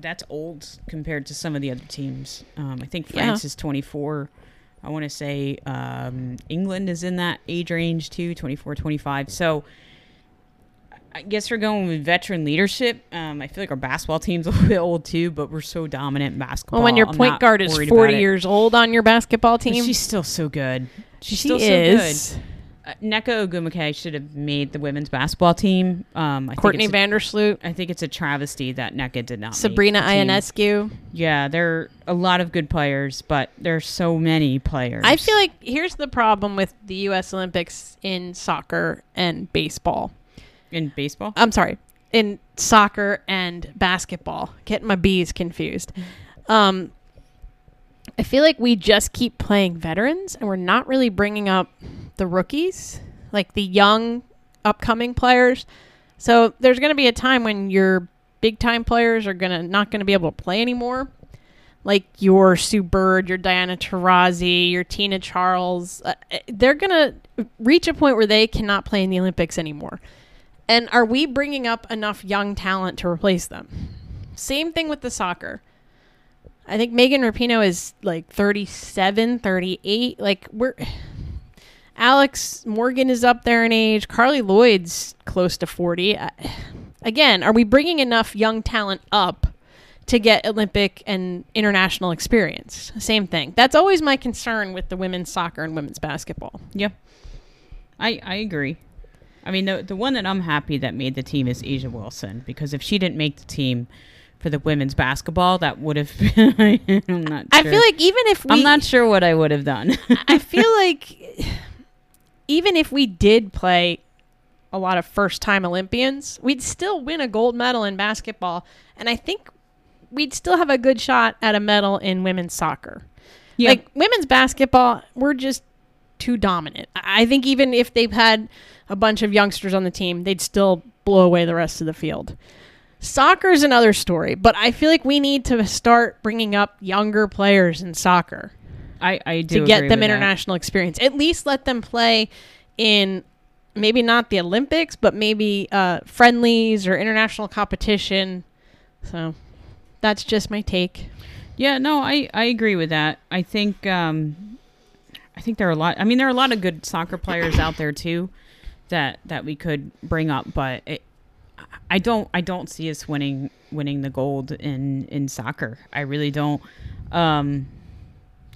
[SPEAKER 1] that's old compared to some of the other teams. Um, I think
[SPEAKER 2] Yeah.
[SPEAKER 1] France is 24. I want to say um, England is in that age range too, 24, 25. So I guess we're going with veteran leadership. Um, I feel like our basketball team's a little bit old too, but we're so dominant in basketball.
[SPEAKER 2] Well, when your
[SPEAKER 1] I'm
[SPEAKER 2] point
[SPEAKER 1] not
[SPEAKER 2] guard is
[SPEAKER 1] worried about
[SPEAKER 2] 40
[SPEAKER 1] it.
[SPEAKER 2] years old on your basketball
[SPEAKER 1] But
[SPEAKER 2] team,
[SPEAKER 1] she's still so good. She's
[SPEAKER 2] she
[SPEAKER 1] still
[SPEAKER 2] is.
[SPEAKER 1] so good. Uh, Neko Ogumake should have made the women's basketball team. Um, I
[SPEAKER 2] Courtney
[SPEAKER 1] think it's
[SPEAKER 2] Vandersloot,
[SPEAKER 1] a, I think it's a travesty that NECA did not. make
[SPEAKER 2] Sabrina
[SPEAKER 1] the team.
[SPEAKER 2] Ionescu.
[SPEAKER 1] Yeah, there are a lot of good players, but there are so many players.
[SPEAKER 2] I feel like here's the problem with the U.S. Olympics in soccer and baseball.
[SPEAKER 1] in baseball.
[SPEAKER 2] I'm sorry, in soccer and basketball. Getting my B's confused. Um, I feel like we just keep playing veterans and we're not really bringing up the rookies, like the young upcoming players. So there's going to be a time when your big time players are going to not going to be able to play anymore. Like your Sue Bird, your Diana Taurasi, your Tina Charles, uh, uh, they're going to reach a point where they cannot play in the Olympics anymore. And are we bringing up enough young talent to replace them? Same thing with the soccer. I think Megan Rapino is like 37, 38. Like we're Alex Morgan is up there in age. Carly Lloyd's close to 40. I, again, are we bringing enough young talent up to get Olympic and international experience? Same thing. That's always my concern with the women's soccer and women's basketball.
[SPEAKER 1] yeah, I I agree. I mean, the the one that I'm happy that made the team is Asia Wilson because if she didn't make the team for the women's basketball, that would have. been... I'm not.
[SPEAKER 2] I
[SPEAKER 1] sure.
[SPEAKER 2] feel like even if we
[SPEAKER 1] I'm not sure what I would have done.
[SPEAKER 2] I feel like even if we did play a lot of first time Olympians, we'd still win a gold medal in basketball. And I think we'd still have a good shot at a medal in women's soccer.
[SPEAKER 1] Yeah.
[SPEAKER 2] Like women's basketball, we're just too dominant. I I think even if they've had a bunch of youngsters on the team, they'd still blow away the rest of the field. Soccer's another story, but I feel like we need to start bringing up younger players in soccer
[SPEAKER 1] I, I do
[SPEAKER 2] to get
[SPEAKER 1] agree with
[SPEAKER 2] them
[SPEAKER 1] that.
[SPEAKER 2] international experience. At least let them play in maybe not the Olympics, but maybe uh, friendlies or international competition. So that's just my take.
[SPEAKER 1] Yeah, no, I, I agree with that. I think um, I think there are a lot. I mean, there are a lot of good soccer players out there too that that we could bring up, but it, I don't I don't see us winning winning the gold in in soccer. I really don't. Um,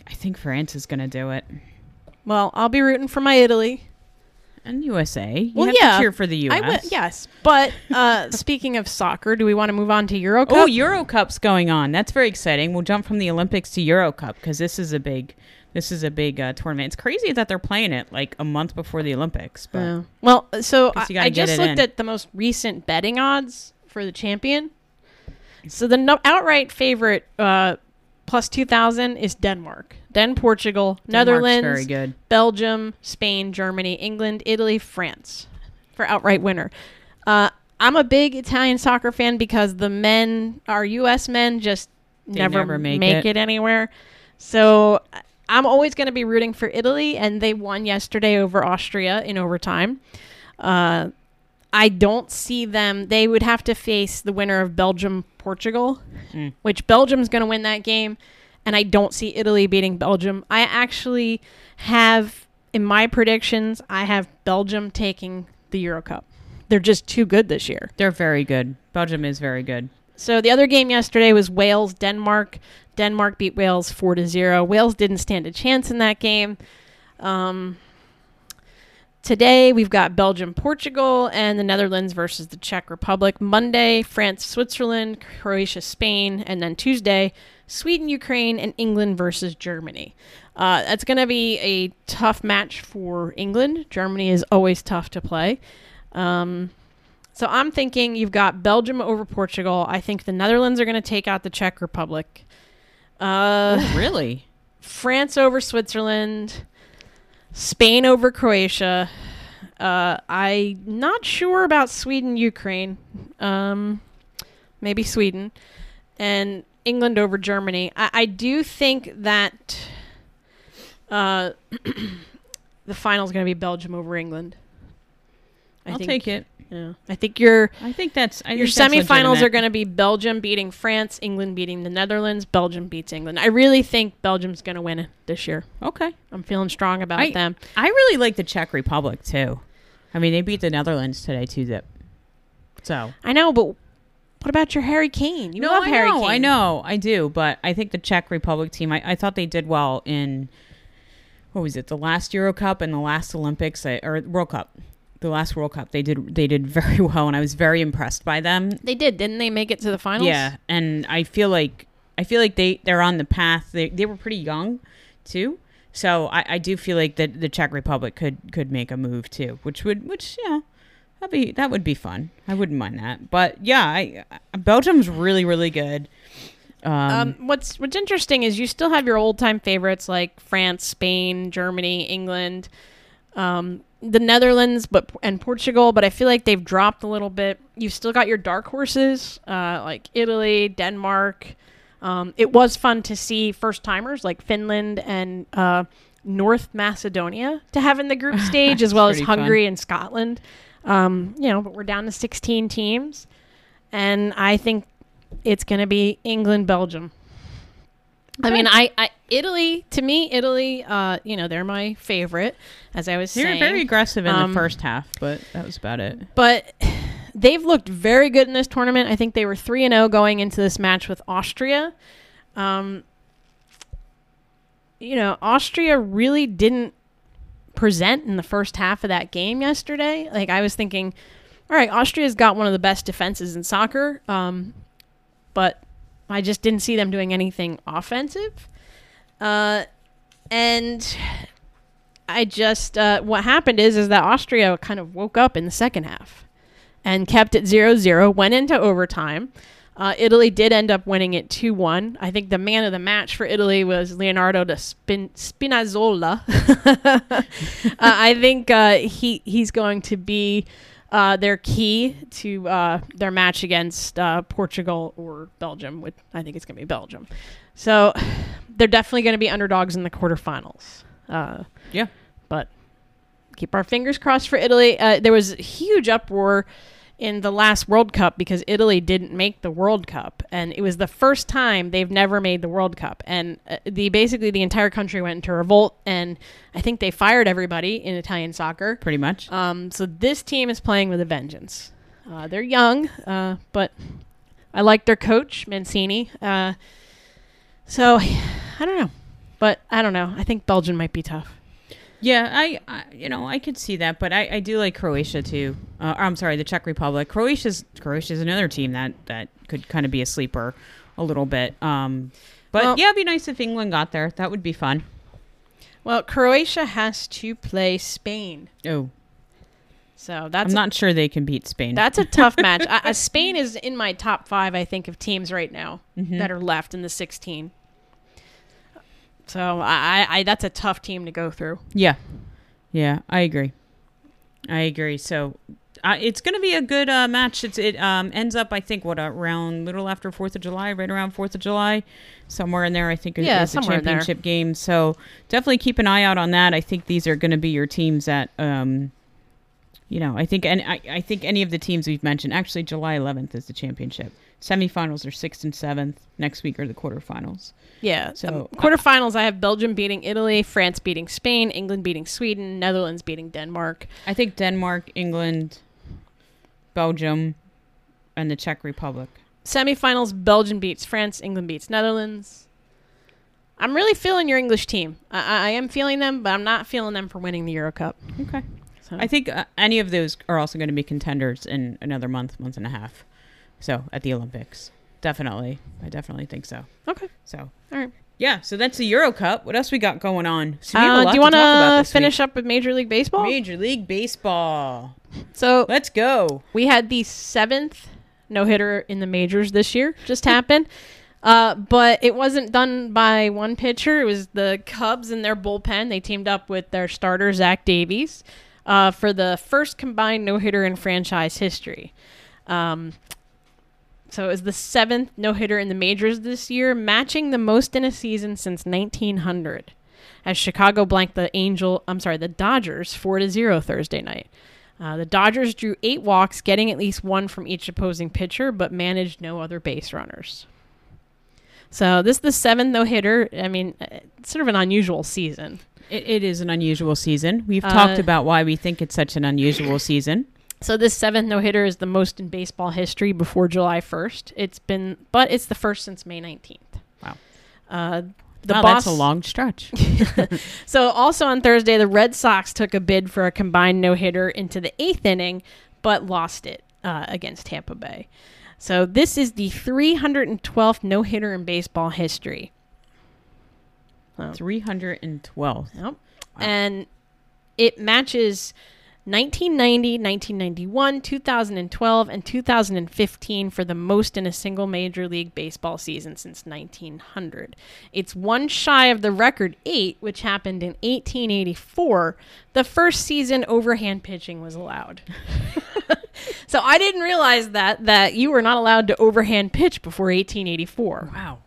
[SPEAKER 1] I think France is going to do it,
[SPEAKER 2] Well, I'll be rooting for my Italy.
[SPEAKER 1] and USA. You
[SPEAKER 2] Well,
[SPEAKER 1] have
[SPEAKER 2] yeah.
[SPEAKER 1] to cheer for the US.
[SPEAKER 2] I would, yes. But uh, speaking of soccer, do we want to move on to Euro Cup?
[SPEAKER 1] Oh, Euro Cup's going on. That's very exciting. We'll jump from the Olympics to Euro Cup because this is a big, this is a big uh, tournament. It's crazy that they're playing it like a month before the Olympics. But
[SPEAKER 2] Yeah. Well, so I,
[SPEAKER 1] Guess you gotta
[SPEAKER 2] I
[SPEAKER 1] get
[SPEAKER 2] just
[SPEAKER 1] it
[SPEAKER 2] looked
[SPEAKER 1] in.
[SPEAKER 2] at the most recent betting odds for the champion. So the no- outright favorite uh, plus 2,000 is Denmark, then Portugal, Netherlands,
[SPEAKER 1] Denmark's very good.
[SPEAKER 2] Belgium, Spain, Germany, England, Italy, France for outright winner. Uh, I'm a big Italian soccer fan because the men, our U.S. men, just never,
[SPEAKER 1] never
[SPEAKER 2] make,
[SPEAKER 1] make
[SPEAKER 2] it.
[SPEAKER 1] it.
[SPEAKER 2] anywhere. So I- I'm always going to be rooting for Italy, and they won yesterday over Austria in overtime. Uh, I don't see them. They would have to face the winner of Belgium, Portugal,
[SPEAKER 1] Mm.
[SPEAKER 2] which Belgium's going to win that game. And I don't see Italy beating Belgium. I actually have, in my predictions, I have Belgium taking the Euro Cup. They're just too good this year.
[SPEAKER 1] They're very good. Belgium is very good.
[SPEAKER 2] So the other game yesterday was Wales, Denmark. Denmark beat Wales 4 to 0. Wales didn't stand a chance in that game. Um, today we've got Belgium, Portugal, and the Netherlands versus the Czech Republic. Monday, France, Switzerland, Croatia, Spain, and then Tuesday, Sweden, Ukraine, and England versus Germany. Uh, that's going to be a tough match for England. Germany is always tough to play. Um, so I'm thinking you've got Belgium over Portugal. I think the Netherlands are going to take out the Czech Republic. Uh,
[SPEAKER 1] Oh, really?
[SPEAKER 2] France over Switzerland. Spain over Croatia. Uh, I'm not sure about Sweden, Ukraine. Um, maybe Sweden. And England over Germany. I, I do think that uh, the final is going to be Belgium over England. I
[SPEAKER 1] I'll
[SPEAKER 2] think,
[SPEAKER 1] take it.
[SPEAKER 2] Yeah. I think you're
[SPEAKER 1] I think that's I
[SPEAKER 2] your
[SPEAKER 1] think that's
[SPEAKER 2] semifinals
[SPEAKER 1] legitimate.
[SPEAKER 2] are going to be Belgium beating France, England beating the Netherlands, Belgium beats England. I really think Belgium's going to win it this year.
[SPEAKER 1] okay.
[SPEAKER 2] I'm feeling strong about
[SPEAKER 1] I-
[SPEAKER 2] them.
[SPEAKER 1] I really like the Czech Republic too. I mean, they beat the Netherlands today too. Zip. So
[SPEAKER 2] I know, but what about your Harry Kane? You love
[SPEAKER 1] I
[SPEAKER 2] Harry
[SPEAKER 1] know,
[SPEAKER 2] Kane.
[SPEAKER 1] I know, I do. But I think the Czech Republic team, I, I thought they did well in what was it, the last Euro Cup and the last Olympics I, or World Cup, the last World Cup. They did they did very well, and I was very impressed by them.
[SPEAKER 2] They did, didn't they? Make it to the finals.
[SPEAKER 1] Yeah, and I feel like I feel like they they're on the path. They they were pretty young, too. So I, I do feel like that the Czech Republic could could make a move too, which would which yeah. That'd be that would be fun. I wouldn't mind that. But yeah, I, I- Belgium's really really good. Um,
[SPEAKER 2] Um, what's What's interesting is you still have your old time favorites like France, Spain, Germany, England, um, the Netherlands, but and Portugal. But I feel like they've dropped a little bit. You've still got your dark horses uh, like Italy, Denmark. Um, it was fun to see first timers like Finland and uh, North Macedonia to have in the group stage, as well as
[SPEAKER 1] pretty fun.
[SPEAKER 2] Hungary and Scotland. Um, you know, but we're down to 16 teams, and I think it's going to be England, Belgium. I
[SPEAKER 1] Okay.
[SPEAKER 2] mean, I, I Italy to me, Italy. Uh, you know, they're my favorite, as I was
[SPEAKER 1] they were
[SPEAKER 2] saying.
[SPEAKER 1] very aggressive in the
[SPEAKER 2] um,
[SPEAKER 1] first half, but that was about it.
[SPEAKER 2] but they've looked very good in this tournament. I think they were three and zero going into this match with Austria. Um, you know, Austria really didn't present in the first half of that game yesterday. Like I was thinking, all right, Austria's got one of the best defenses in soccer, um, but I just didn't see them doing anything offensive. Uh, and I just uh, what happened is is that Austria kind of woke up in the second half and kept it 0-0, went into overtime. Uh, Italy did end up winning it 2-1. I think the man of the match for Italy was Leonardo da Spin- Spinazzola. uh, I think uh, he he's going to be uh, their key to uh, their match against uh, Portugal or Belgium, which I think it's going to be Belgium. So they're definitely going to be underdogs in the quarterfinals. Uh,
[SPEAKER 1] Yeah.
[SPEAKER 2] but keep our fingers crossed for Italy. Uh, there was a huge uproar in the last World Cup because Italy didn't make the World Cup, and it was the first time they've never made the World Cup, and uh, the basically the entire country went into revolt, and I think they fired everybody in Italian soccer.
[SPEAKER 1] pretty much.
[SPEAKER 2] Um, so this team is playing with a vengeance. Uh, they're young, uh, but I like their coach Mancini. Uh, so I don't know, but I don't know. I think Belgium might be tough.
[SPEAKER 1] Yeah, I, I you know I could see that, but I, I do like Croatia too. Uh, I'm sorry, the Czech Republic. Croatia's Croatia's another team that that could kind of be a sleeper a little bit. Um, but
[SPEAKER 2] Well-
[SPEAKER 1] yeah, it'd be nice if England got there. That would be fun.
[SPEAKER 2] Well, Croatia has to play Spain,
[SPEAKER 1] Oh,
[SPEAKER 2] so
[SPEAKER 1] I'm
[SPEAKER 2] that's
[SPEAKER 1] not sure they can beat Spain.
[SPEAKER 2] that's a tough match. I, I, Spain is in my top five, I think, of teams right now
[SPEAKER 1] Mm-hmm. Hmm.
[SPEAKER 2] that are left in the 16. So I, I, I that's a tough team to go through.
[SPEAKER 1] yeah, yeah, I agree. I agree. So. Uh, it's going to be a good uh, match. It's, it um, ends up, I think, what around little after Fourth of July, right around Fourth of July, somewhere in there. I think is-
[SPEAKER 2] Yeah,
[SPEAKER 1] is the
[SPEAKER 2] somewhere in there.
[SPEAKER 1] championship game. So definitely keep an eye out on that. I think these are going to be your teams that, um, you know, I think and I, I think any of the teams we've mentioned. Actually, July 11th is the championship. Semifinals are sixth and seventh. Next week are the quarterfinals.
[SPEAKER 2] Yeah.
[SPEAKER 1] So,
[SPEAKER 2] So quarterfinals, I have Belgium beating Italy, France beating Spain, England beating Sweden, Netherlands beating Denmark.
[SPEAKER 1] I think Denmark, England, Belgium, and the Czech Republic.
[SPEAKER 2] Semifinals, Belgium beats France, England beats Netherlands. I'm really feeling your English team. I, I- I am feeling them, but I'm not feeling them for winning the Euro Cup.
[SPEAKER 1] Okay.
[SPEAKER 2] So.
[SPEAKER 1] I think uh, any of those are also going to be contenders in another month, month and a half. So at the Olympics, definitely, I definitely think so.
[SPEAKER 2] Okay.
[SPEAKER 1] So
[SPEAKER 2] All right.
[SPEAKER 1] Yeah, so that's the Euro Cup. What else we got going on? So we have a
[SPEAKER 2] Uh,
[SPEAKER 1] lot
[SPEAKER 2] do you
[SPEAKER 1] to talk
[SPEAKER 2] want
[SPEAKER 1] about
[SPEAKER 2] to
[SPEAKER 1] this
[SPEAKER 2] finish up with Major League
[SPEAKER 1] week.
[SPEAKER 2] Baseball?
[SPEAKER 1] Major League Baseball?
[SPEAKER 2] So
[SPEAKER 1] Let's go.
[SPEAKER 2] we had the seventh no hitter in the majors this year. Just happened. Uh, but it wasn't done by one pitcher. It was the Cubs and their bullpen. They teamed up with their starter, Zach Davies, uh, for the first combined no hitter in franchise history. Um, so it was the seventh no hitter in the majors this year, matching the most in a season since 1900. As Chicago blanked the Angel, I'm sorry, the Dodgers four to zero Thursday night. Uh, the Dodgers drew eight walks, getting at least one from each opposing pitcher, but managed no other base runners. So this is the seventh no hitter. I mean, uh, it's sort of an unusual season.
[SPEAKER 1] It, it is an unusual season. We've
[SPEAKER 2] Uh,
[SPEAKER 1] talked about why we think it's such an unusual season.
[SPEAKER 2] So this seventh no hitter is the most in baseball history before July 1st. It's been, but it's the first since May 19th.
[SPEAKER 1] Wow.
[SPEAKER 2] Uh, the
[SPEAKER 1] wow,
[SPEAKER 2] boss,
[SPEAKER 1] Oh, that's a long stretch.
[SPEAKER 2] So also on Thursday, the Red Sox took a bid for a combined no hitter into the eighth inning, but lost it uh, against Tampa Bay. So this is the 312th no hitter in baseball history.
[SPEAKER 1] Three hundred and twelve.
[SPEAKER 2] Yep. And it matches 1990, 1991, 2012, and 2015 for the most in a single Major League Baseball season since 1900. It's one shy of the record eight, which happened in 1884, the first season overhand pitching was allowed. so I didn't realize that that you were not allowed to overhand pitch before 1884.
[SPEAKER 1] Wow.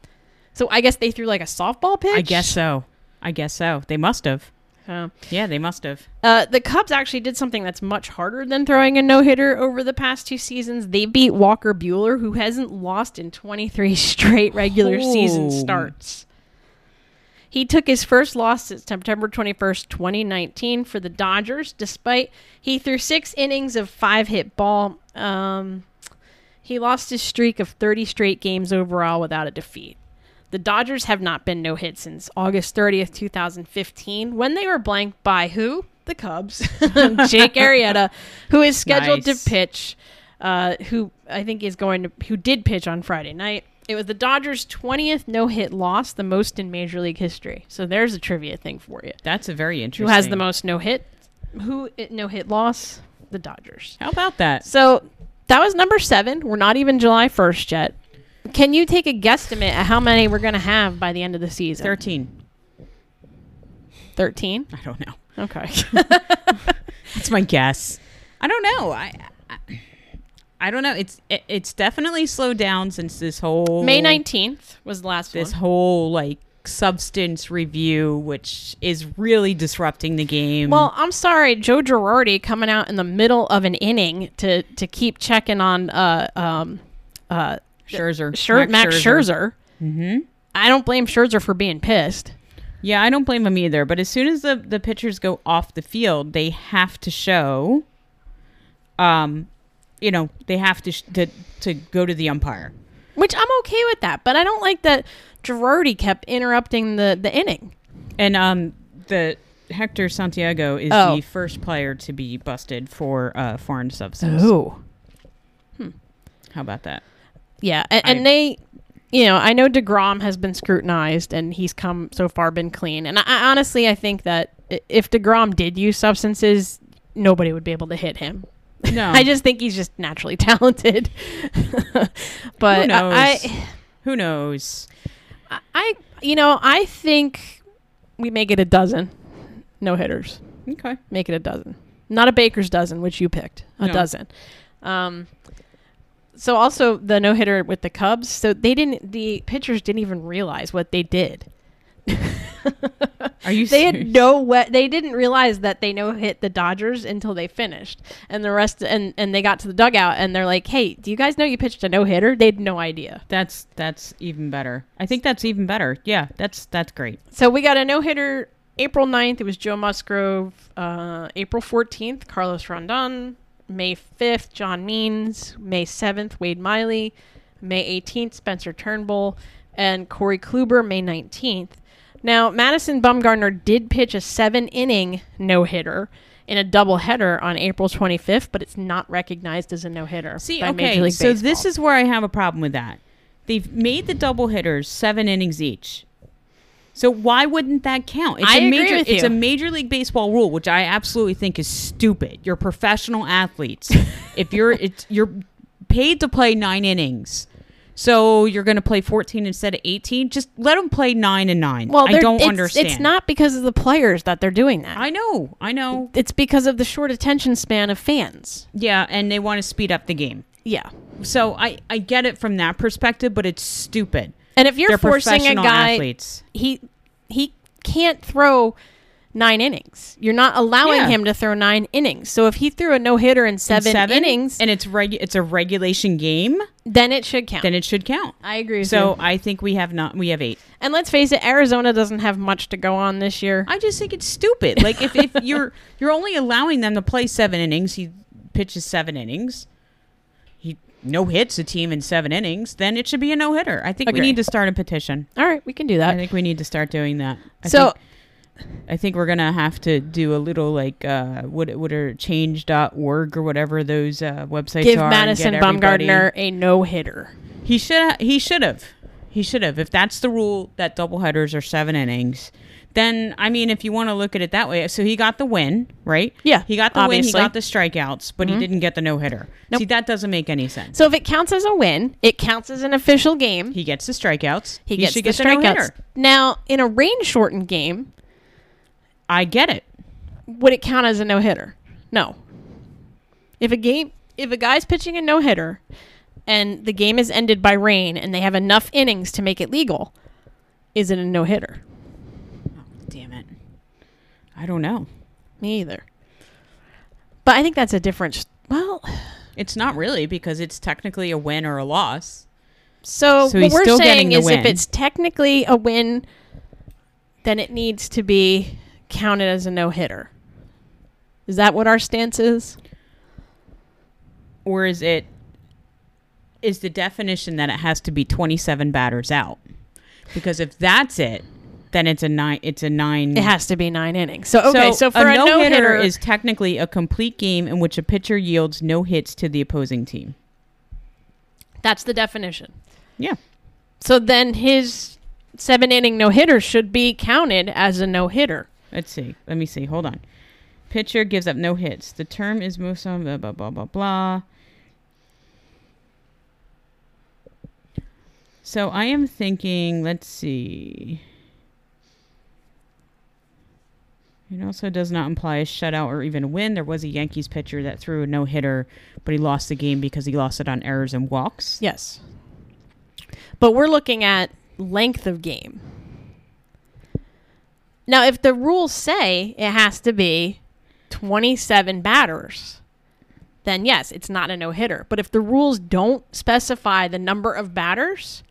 [SPEAKER 2] So I guess they threw like a softball pitch.
[SPEAKER 1] I guess so. I guess so. They must have.
[SPEAKER 2] Um,
[SPEAKER 1] Yeah, they must have.
[SPEAKER 2] Uh, the Cubs actually did something that's much harder than throwing a no hitter over the past two seasons. They beat Walker Bueller, who hasn't lost in 23 straight regular season
[SPEAKER 1] Oh.
[SPEAKER 2] starts. He took his first loss since September 21st, 2019, for the Dodgers, despite he threw six innings of five hit ball. Um, he lost his streak of 30 straight games overall without a defeat. The Dodgers have not been no hit since August 30th, 2015, when they were blanked by who? The Cubs. Jake Arrieta, who is scheduled
[SPEAKER 1] Nice.
[SPEAKER 2] to pitch, uh, who I think is going to, who did pitch on Friday night. It was the Dodgers' 20th no hit loss, the most in Major League history. So there's a trivia thing for you.
[SPEAKER 1] That's a very
[SPEAKER 2] Who
[SPEAKER 1] interesting.
[SPEAKER 2] has the most no hit? Who no hit loss? The Dodgers.
[SPEAKER 1] How about that?
[SPEAKER 2] So that was number seven. We're not even July 1st yet. Can you take a guesstimate at how many we're going to have by the end of the season?
[SPEAKER 1] Thirteen.
[SPEAKER 2] 13?
[SPEAKER 1] I don't know.
[SPEAKER 2] Okay.
[SPEAKER 1] That's my guess. I don't know. I I, I don't know. It's it, it's definitely slowed down since this whole
[SPEAKER 2] May 19th was the last
[SPEAKER 1] This
[SPEAKER 2] one.
[SPEAKER 1] whole like substance review, which is really disrupting the game.
[SPEAKER 2] Well, I'm sorry, Joe Girardi coming out in the middle of an inning to to keep checking on uh um uh
[SPEAKER 1] Scherzer, Mm-hmm.
[SPEAKER 2] Scher- Max Scherzer. I don't blame Scherzer for being pissed.
[SPEAKER 1] Yeah, I don't blame him either. But as soon as the the pitchers go off the field, they have to show, um, you know, they have to sh- to to go to the umpire.
[SPEAKER 2] Which I'm okay with that, but I don't like that Girardi kept interrupting the the inning.
[SPEAKER 1] And um, the Hector Santiago is
[SPEAKER 2] Oh.
[SPEAKER 1] the first player to be busted for uh, foreign substance. How about that?
[SPEAKER 2] Yeah, and, and
[SPEAKER 1] I-
[SPEAKER 2] they, you know, I know Degrom has been scrutinized and he's come so far been clean. And I, I honestly, I think that i- if Degrom did use substances, nobody would be able to hit him.
[SPEAKER 1] No,
[SPEAKER 2] I just think he's just naturally talented. but
[SPEAKER 1] Who knows?
[SPEAKER 2] I,
[SPEAKER 1] who knows?
[SPEAKER 2] I, I, you know, I think we make it a dozen no hitters.
[SPEAKER 1] Okay.
[SPEAKER 2] Make it a dozen, not a baker's dozen, which you picked. A
[SPEAKER 1] No.
[SPEAKER 2] dozen. Um, so also the no hitter with the Cubs. So they didn't. The pitchers didn't even realize what they did.
[SPEAKER 1] Are you?
[SPEAKER 2] They had
[SPEAKER 1] serious?
[SPEAKER 2] no way. They didn't realize that they no hit the Dodgers until they finished, and the rest. And and they got to the dugout, and they're like, "Hey, do you guys know you pitched a no hitter?" They had no idea.
[SPEAKER 1] That's that's even better. I think that's even better. Yeah, that's that's great.
[SPEAKER 2] So we got a no hitter April 9th. It was Joe Musgrove. Uh, April 14th, Carlos Rondon. May 5th, John Means. May 7th, Wade Miley. May 18th, Spencer Turnbull. And Corey Kluber, May 19th. Now, Madison Bumgarner did pitch a seven inning no hitter in a doubleheader on April 25th, but it's not recognized as a no hitter.
[SPEAKER 1] See, okay, so this is where I have a problem with that. They've made the double hitters seven innings each. So why wouldn't that count? It's
[SPEAKER 2] I
[SPEAKER 1] a
[SPEAKER 2] agree
[SPEAKER 1] major
[SPEAKER 2] with
[SPEAKER 1] it's
[SPEAKER 2] you.
[SPEAKER 1] a major league baseball rule, which I absolutely think is stupid. You're professional athletes. if you're it's you're paid to play nine innings. So you're going to play 14 instead of 18. Just let them play nine and nine.
[SPEAKER 2] Well,
[SPEAKER 1] I
[SPEAKER 2] they're-
[SPEAKER 1] don't
[SPEAKER 2] it's,
[SPEAKER 1] understand.
[SPEAKER 2] It's not because of the players that they're doing that.
[SPEAKER 1] I know. I know.
[SPEAKER 2] it's because of the short attention span of fans.
[SPEAKER 1] Yeah, and they want to speed up the game.
[SPEAKER 2] Yeah.
[SPEAKER 1] So I I get it from that perspective, but it's stupid.
[SPEAKER 2] And if you're
[SPEAKER 1] They're
[SPEAKER 2] forcing a
[SPEAKER 1] professional
[SPEAKER 2] guy,
[SPEAKER 1] athletes.
[SPEAKER 2] he he can't throw 9 innings. You're not allowing
[SPEAKER 1] Yeah.
[SPEAKER 2] him to throw 9 innings. So if he threw a no-hitter in 7,
[SPEAKER 1] seven
[SPEAKER 2] innings,
[SPEAKER 1] and it's regu- it's a regulation game,
[SPEAKER 2] then it should count.
[SPEAKER 1] then it should count.
[SPEAKER 2] I agree with
[SPEAKER 1] So
[SPEAKER 2] you.
[SPEAKER 1] I think we have not we have eight.
[SPEAKER 2] And let's face it, Arizona doesn't have much to go on this year.
[SPEAKER 1] I just think it's stupid. Like if, if you're you're only allowing them to play seven innings, he pitches seven innings, he no hits a team in seven innings, then it should be a no hitter. I think
[SPEAKER 2] Agree.
[SPEAKER 1] we need to start a petition.
[SPEAKER 2] All right, we can do that.
[SPEAKER 1] I think we need to start doing that. I
[SPEAKER 2] so
[SPEAKER 1] think, I think we're gonna have to do a little like uh what what are change.org or whatever those uh websites
[SPEAKER 2] give
[SPEAKER 1] are. and
[SPEAKER 2] Madison
[SPEAKER 1] get everybody-
[SPEAKER 2] Bumgardner a no-hitter.
[SPEAKER 1] He should. He should have. He should have. If that's the rule that doubleheaders are seven innings, then I mean, if you want to look at it that way, so he got the win, right?
[SPEAKER 2] Yeah,
[SPEAKER 1] he got the
[SPEAKER 2] obviously. Mm-hmm.
[SPEAKER 1] win. He got the strikeouts, but he didn't get the no hitter.
[SPEAKER 2] Nope.
[SPEAKER 1] See, that doesn't make any sense.
[SPEAKER 2] So if it counts as a win, it counts as an official game.
[SPEAKER 1] He gets the strikeouts.
[SPEAKER 2] He gets the
[SPEAKER 1] should get the
[SPEAKER 2] strikeouts.
[SPEAKER 1] no-hitter.
[SPEAKER 2] now, in a rain shortened game,
[SPEAKER 1] I get it.
[SPEAKER 2] would it count as a no hitter? No. If a game, if a guy's pitching a no hitter, and the game is ended by rain, and they have enough innings to make it legal, is it a no hitter?
[SPEAKER 1] Oh, Damn it. I don't know.
[SPEAKER 2] Me either. But I think that's a different. Well,
[SPEAKER 1] It's not really because it's technically a win or a loss.
[SPEAKER 2] so,
[SPEAKER 1] So
[SPEAKER 2] what
[SPEAKER 1] he's
[SPEAKER 2] we're
[SPEAKER 1] still getting
[SPEAKER 2] saying
[SPEAKER 1] the
[SPEAKER 2] is, if
[SPEAKER 1] win.
[SPEAKER 2] it's technically a win, then it needs to be counted as a no hitter. Is that what our stance is?
[SPEAKER 1] or is it is the definition that it has to be 27 batters out because if that's it then it's a nine it's a nine
[SPEAKER 2] It has to be nine innings. So okay, so, for a,
[SPEAKER 1] Mm.
[SPEAKER 2] no
[SPEAKER 1] no-hitter
[SPEAKER 2] hitter
[SPEAKER 1] is technically a complete game in which a pitcher yields no hits to the opposing team
[SPEAKER 2] that's the definition.
[SPEAKER 1] yeah
[SPEAKER 2] So then his seven inning no hitter should be counted as a no hitter.
[SPEAKER 1] let's see let me see hold on pitcher gives up no hits the term is most on blah blah blah blah blah so i am thinking let's see It also does not imply a shutout or even a win. There was a Yankees pitcher that threw a no hitter, but he lost the game because he lost it on errors and walks.
[SPEAKER 2] Yes. But we're looking at length of game. Now, if the rules say it has to be 27 batters, then yes, it's not a no hitter. But if the rules don't specify the number of batters,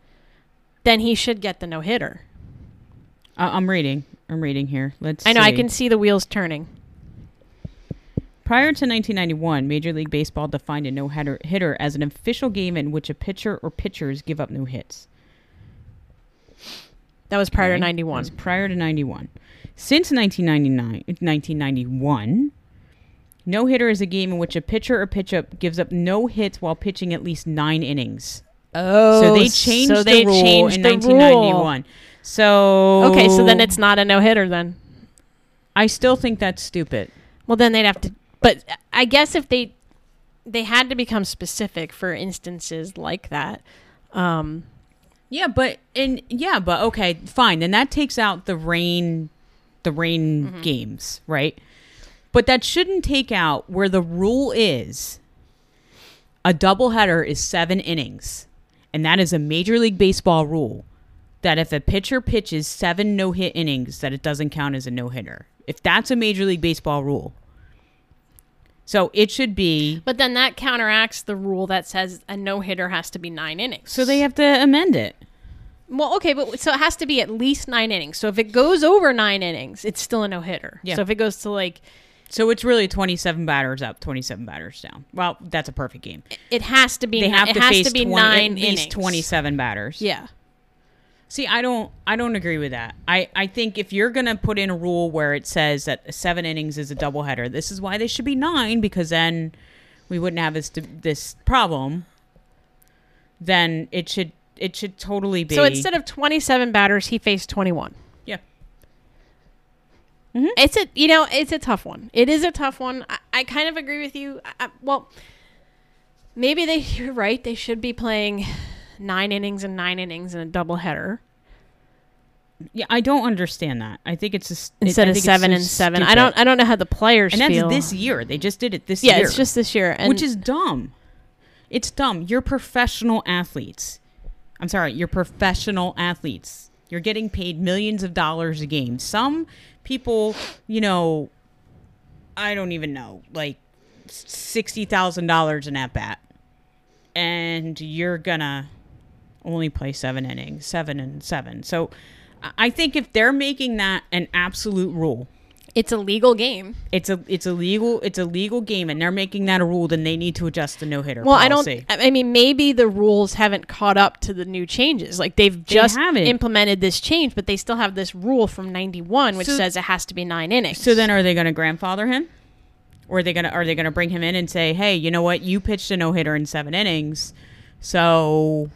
[SPEAKER 2] then he should get the no hitter.
[SPEAKER 1] Uh, I'm reading. I'm reading here. Let's.
[SPEAKER 2] I know, I
[SPEAKER 1] see.
[SPEAKER 2] can see the wheels turning.
[SPEAKER 1] Prior to 1991, Major League Baseball defined a no hitter hitter as an official game in which a pitcher or pitchers give up no hits.
[SPEAKER 2] That was prior
[SPEAKER 1] Okay.
[SPEAKER 2] to 91.
[SPEAKER 1] That's prior to 91. Since 1999, 1991, no hitter is a game in which a pitcher or pitch up gives up no hits while pitching at least nine innings.
[SPEAKER 2] Oh,
[SPEAKER 1] so they changed
[SPEAKER 2] so they
[SPEAKER 1] the rule
[SPEAKER 2] changed
[SPEAKER 1] in
[SPEAKER 2] the
[SPEAKER 1] 1991. So
[SPEAKER 2] rule. Okay, so then it's not a no hitter then.
[SPEAKER 1] I still think that's stupid.
[SPEAKER 2] Well, then they'd have to. But I guess if they they had to become specific for instances like that. Um,
[SPEAKER 1] Yeah, but and yeah, but okay, fine. Then that takes out the rain the rain games, right? But that shouldn't take out where the rule is a doubleheader is 7 innings. And that is a major league baseball rule that if a pitcher pitches 7 no-hit innings that it doesn't count as a no-hitter. If that's a major league baseball rule. So it should be
[SPEAKER 2] but then that counteracts the rule that says a no hitter has to be nine innings.
[SPEAKER 1] so they have to amend it.
[SPEAKER 2] well, okay, but so it has to be at least nine innings. So if it goes over nine innings, it's still a no hitter.
[SPEAKER 1] Yeah.
[SPEAKER 2] So if it goes to like
[SPEAKER 1] So it's really 27 batters up, 27 batters down. Well, that's a perfect game.
[SPEAKER 2] it has to be
[SPEAKER 1] They
[SPEAKER 2] ni-
[SPEAKER 1] have
[SPEAKER 2] it
[SPEAKER 1] to
[SPEAKER 2] has
[SPEAKER 1] face
[SPEAKER 2] to be
[SPEAKER 1] 20
[SPEAKER 2] nine
[SPEAKER 1] at least
[SPEAKER 2] innings.
[SPEAKER 1] 27 batters.
[SPEAKER 2] Yeah.
[SPEAKER 1] See, I don't I don't agree with that. I I think if you're going to put in a rule where it says that 7 innings is a doubleheader, this is why they should be 9 because then we wouldn't have this this problem. Then it should it should totally be
[SPEAKER 2] So instead of 27 batters, he faced 21.
[SPEAKER 1] Yeah.
[SPEAKER 2] It's a you know it's a tough one. It is a tough one. I, I kind of agree with you. I, I, well, maybe they you're right. They should be playing nine innings and nine innings in a doubleheader
[SPEAKER 1] Yeah, I don't understand that. I think it's a, s- it-
[SPEAKER 2] instead
[SPEAKER 1] I think
[SPEAKER 2] of
[SPEAKER 1] it's
[SPEAKER 2] seven
[SPEAKER 1] so
[SPEAKER 2] and seven. I
[SPEAKER 1] stupid.
[SPEAKER 2] don't I don't know how the players
[SPEAKER 1] And that's
[SPEAKER 2] feel.
[SPEAKER 1] this year. They just did it this
[SPEAKER 2] yeah,
[SPEAKER 1] year.
[SPEAKER 2] it's just this year, and
[SPEAKER 1] which is dumb. It's dumb. You're professional athletes. I'm sorry, you're professional athletes. You're getting paid millions of dollars a game. Some people, you know, I don't even know, like $60,000 an at bat. And you're going to only play seven innings, seven and seven. So I- I think if they're making that an absolute rule,
[SPEAKER 2] it's a legal game.
[SPEAKER 1] it's a it's a legal it's a legal game, and they're making that a rule. Then they need to adjust the no hitter.
[SPEAKER 2] Well, I don't.
[SPEAKER 1] policy.
[SPEAKER 2] I I mean, maybe the rules haven't caught up to the new changes. Like they've just
[SPEAKER 1] haven't.
[SPEAKER 2] implemented this change, but they still have this rule from '91, which
[SPEAKER 1] So-
[SPEAKER 2] says it has to be nine innings.
[SPEAKER 1] So then, are they going to grandfather him, or are they going to are they going to bring him in and say, hey, you know what, you pitched a no hitter in seven innings, so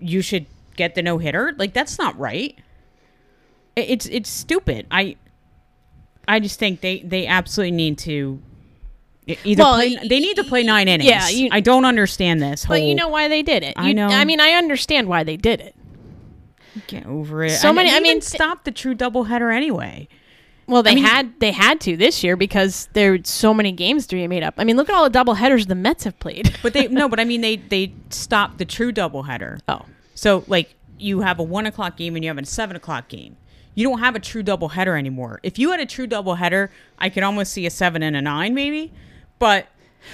[SPEAKER 1] you should get the no hitter? Like that's not right. I- It's it's stupid. I I just think they they absolutely need to. e- Either
[SPEAKER 2] Well,
[SPEAKER 1] play, they need to play nine innings.
[SPEAKER 2] yeah, you-
[SPEAKER 1] I don't understand this. Whole,
[SPEAKER 2] But you know why they did it.
[SPEAKER 1] I
[SPEAKER 2] You-
[SPEAKER 1] know.
[SPEAKER 2] I mean, I understand why they did it.
[SPEAKER 1] Get over it.
[SPEAKER 2] So
[SPEAKER 1] And
[SPEAKER 2] many-
[SPEAKER 1] it
[SPEAKER 2] I
[SPEAKER 1] even
[SPEAKER 2] mean, th-
[SPEAKER 1] stop the true doubleheader anyway.
[SPEAKER 2] Well, they
[SPEAKER 1] mean-
[SPEAKER 2] had they had to this year because there's so many games to be made up. I mean, look at all the double headers the Mets have played.
[SPEAKER 1] But they no. But I mean, they they stopped the true doubleheader.
[SPEAKER 2] oh,
[SPEAKER 1] So like you have a one o'clock game and you have a seven o'clock game. You don't have a true doubleheader anymore. If you had a true doubleheader, I could almost see a seven and a nine maybe. But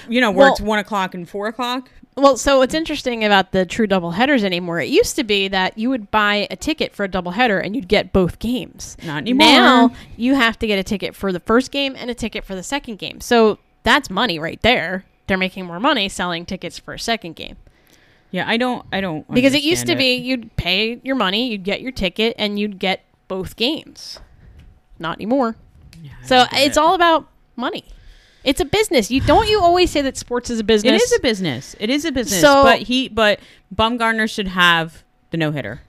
[SPEAKER 1] you know where it's
[SPEAKER 2] Well-
[SPEAKER 1] one o'clock and four o'clock.
[SPEAKER 2] well, so what's interesting about the true double headers anymore? It used to be that you would buy a ticket for a double header and you'd get both games.
[SPEAKER 1] Not anymore.
[SPEAKER 2] Now you have to get a ticket for the first game and a ticket for the second game. So that's money right there. They're making more money selling tickets for a second game.
[SPEAKER 1] Yeah, I don't. I don't
[SPEAKER 2] because it used
[SPEAKER 1] understand
[SPEAKER 2] to be you'd pay your money, you'd get your ticket, and you'd get both games. Not anymore.
[SPEAKER 1] Yeah, I
[SPEAKER 2] So
[SPEAKER 1] don't get
[SPEAKER 2] it's
[SPEAKER 1] it.
[SPEAKER 2] all about money. It's a business. You don't you always say that sports is a
[SPEAKER 1] It
[SPEAKER 2] business.
[SPEAKER 1] is a business. It is a business.
[SPEAKER 2] So-
[SPEAKER 1] but he but Bumgarner should have the no hitter.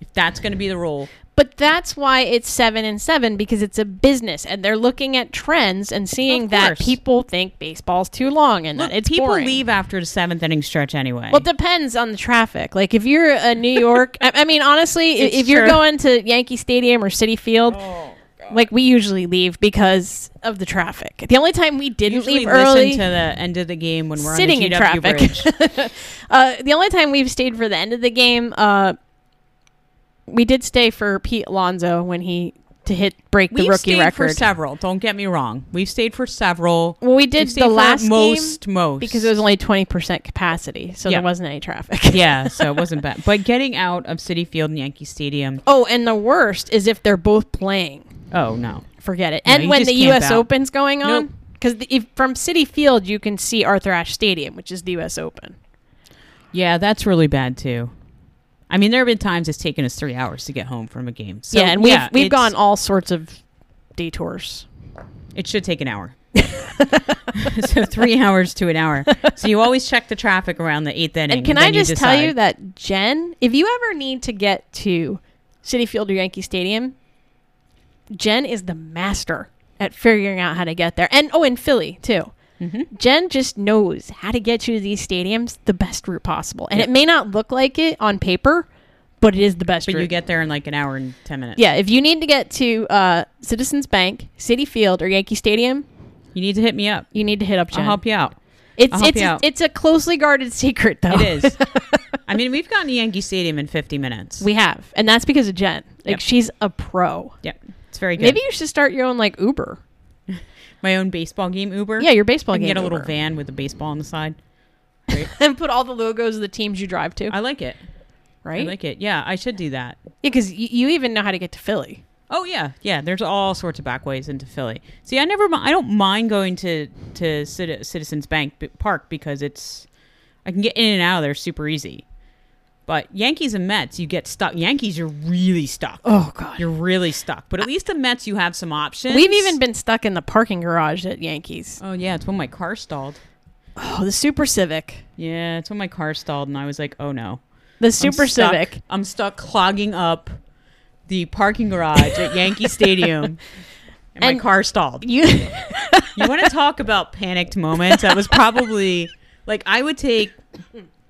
[SPEAKER 1] If that's going to be the rule,
[SPEAKER 2] but that's why it's seven and seven because it's a business, and they're looking at trends and seeing
[SPEAKER 1] Of
[SPEAKER 2] that
[SPEAKER 1] course.
[SPEAKER 2] people think baseball's too long and
[SPEAKER 1] Look,
[SPEAKER 2] that it's
[SPEAKER 1] people
[SPEAKER 2] boring.
[SPEAKER 1] leave after the seventh inning stretch anyway.
[SPEAKER 2] Well, it depends on the traffic. Like if you're a New York, I, I mean, honestly, i-
[SPEAKER 1] It's
[SPEAKER 2] if you're
[SPEAKER 1] true.
[SPEAKER 2] going to Yankee Stadium or City Field,
[SPEAKER 1] Oh.
[SPEAKER 2] like we usually leave because of the traffic. The only time we didn't
[SPEAKER 1] usually
[SPEAKER 2] leave
[SPEAKER 1] listen
[SPEAKER 2] early,
[SPEAKER 1] to the end of the game when we're
[SPEAKER 2] sitting
[SPEAKER 1] on
[SPEAKER 2] in
[SPEAKER 1] the GW Bridge.
[SPEAKER 2] traffic. uh, the only time we've stayed for the end of the game, uh, we did stay for Pete Alonso when he to hit break the
[SPEAKER 1] We've
[SPEAKER 2] rookie
[SPEAKER 1] stayed for
[SPEAKER 2] record.
[SPEAKER 1] several. Don't get me wrong. We've stayed for several.
[SPEAKER 2] well, we did
[SPEAKER 1] We've stayed
[SPEAKER 2] the
[SPEAKER 1] for
[SPEAKER 2] last
[SPEAKER 1] most
[SPEAKER 2] game
[SPEAKER 1] most
[SPEAKER 2] because it was only twenty percent capacity, so
[SPEAKER 1] Yeah.
[SPEAKER 2] there wasn't any traffic.
[SPEAKER 1] yeah, so it wasn't bad. But getting out of City Field and Yankee Stadium,
[SPEAKER 2] Oh, and the worst is if they're both playing.
[SPEAKER 1] oh no,
[SPEAKER 2] Forget it.
[SPEAKER 1] No,
[SPEAKER 2] and
[SPEAKER 1] you
[SPEAKER 2] when
[SPEAKER 1] just
[SPEAKER 2] the
[SPEAKER 1] camp
[SPEAKER 2] U.S.
[SPEAKER 1] out.
[SPEAKER 2] Open's going
[SPEAKER 1] Nope.
[SPEAKER 2] on, because if from City Field you can see Arthur Ashe Stadium, which is the U.S. Open.
[SPEAKER 1] yeah, that's really bad too. I mean, there have been times it's taken us three hours to get home from a game. So,
[SPEAKER 2] yeah, and we've we've
[SPEAKER 1] it's-
[SPEAKER 2] gone all sorts of detours.
[SPEAKER 1] It should take an hour. so three hours to an hour. So you always check the traffic around the eighth inning.
[SPEAKER 2] And can
[SPEAKER 1] then
[SPEAKER 2] I just tell you
[SPEAKER 1] decide.
[SPEAKER 2] that Jen, if you ever need to get to City Field or Yankee Stadium, Jen is the master at figuring out how to get there. And oh, in Philly too. Jen just knows how to get you to these stadiums the best route possible. And it may not look like it on paper, but it is the best
[SPEAKER 1] But
[SPEAKER 2] route.
[SPEAKER 1] you get there in like an hour and ten minutes.
[SPEAKER 2] yeah, if you need to get to uh, Citizens Bank, City Field, or Yankee Stadium,
[SPEAKER 1] you need to hit me up.
[SPEAKER 2] you need to hit up Jen.
[SPEAKER 1] I'll help you out.
[SPEAKER 2] It's
[SPEAKER 1] I'll help
[SPEAKER 2] it's
[SPEAKER 1] you
[SPEAKER 2] a,
[SPEAKER 1] out.
[SPEAKER 2] it's a closely guarded secret though.
[SPEAKER 1] It is. I mean, we've gotten to Yankee Stadium in fifty minutes.
[SPEAKER 2] We have, and that's because of Jen. Like
[SPEAKER 1] Yep.
[SPEAKER 2] she's a pro.
[SPEAKER 1] yep, it's very good.
[SPEAKER 2] Maybe you should start your own like Uber.
[SPEAKER 1] my own baseball game Uber.
[SPEAKER 2] Yeah, your baseball
[SPEAKER 1] I can
[SPEAKER 2] game.
[SPEAKER 1] get a little
[SPEAKER 2] Uber.
[SPEAKER 1] van with a baseball on the side.
[SPEAKER 2] and put all the logos of the teams you drive to.
[SPEAKER 1] I like it.
[SPEAKER 2] right?
[SPEAKER 1] I like it. Yeah, I should do that.
[SPEAKER 2] yeah, because y- you even know how to get to Philly.
[SPEAKER 1] Oh yeah, yeah. There's all sorts of back ways into Philly. See, I never, mi- I don't mind going to to Citi- Citizens Bank B- Park because it's, I can get in and out of there super easy. But Yankees and Mets, you get stuck. Yankees, you're really stuck.
[SPEAKER 2] Oh god.
[SPEAKER 1] You're really stuck. But at least the Mets, you have some options.
[SPEAKER 2] We've even been stuck in the parking garage at Yankees.
[SPEAKER 1] Oh yeah, it's when my car stalled.
[SPEAKER 2] Oh, the Super Civic.
[SPEAKER 1] Yeah, it's when my car stalled, and I was like, oh no.
[SPEAKER 2] The
[SPEAKER 1] I'm
[SPEAKER 2] Super
[SPEAKER 1] stuck-
[SPEAKER 2] Civic.
[SPEAKER 1] I'm stuck clogging up the parking garage at Yankee Stadium. And,
[SPEAKER 2] And-
[SPEAKER 1] my car stalled.
[SPEAKER 2] You
[SPEAKER 1] You want to talk about panicked moments? That was probably like I would take.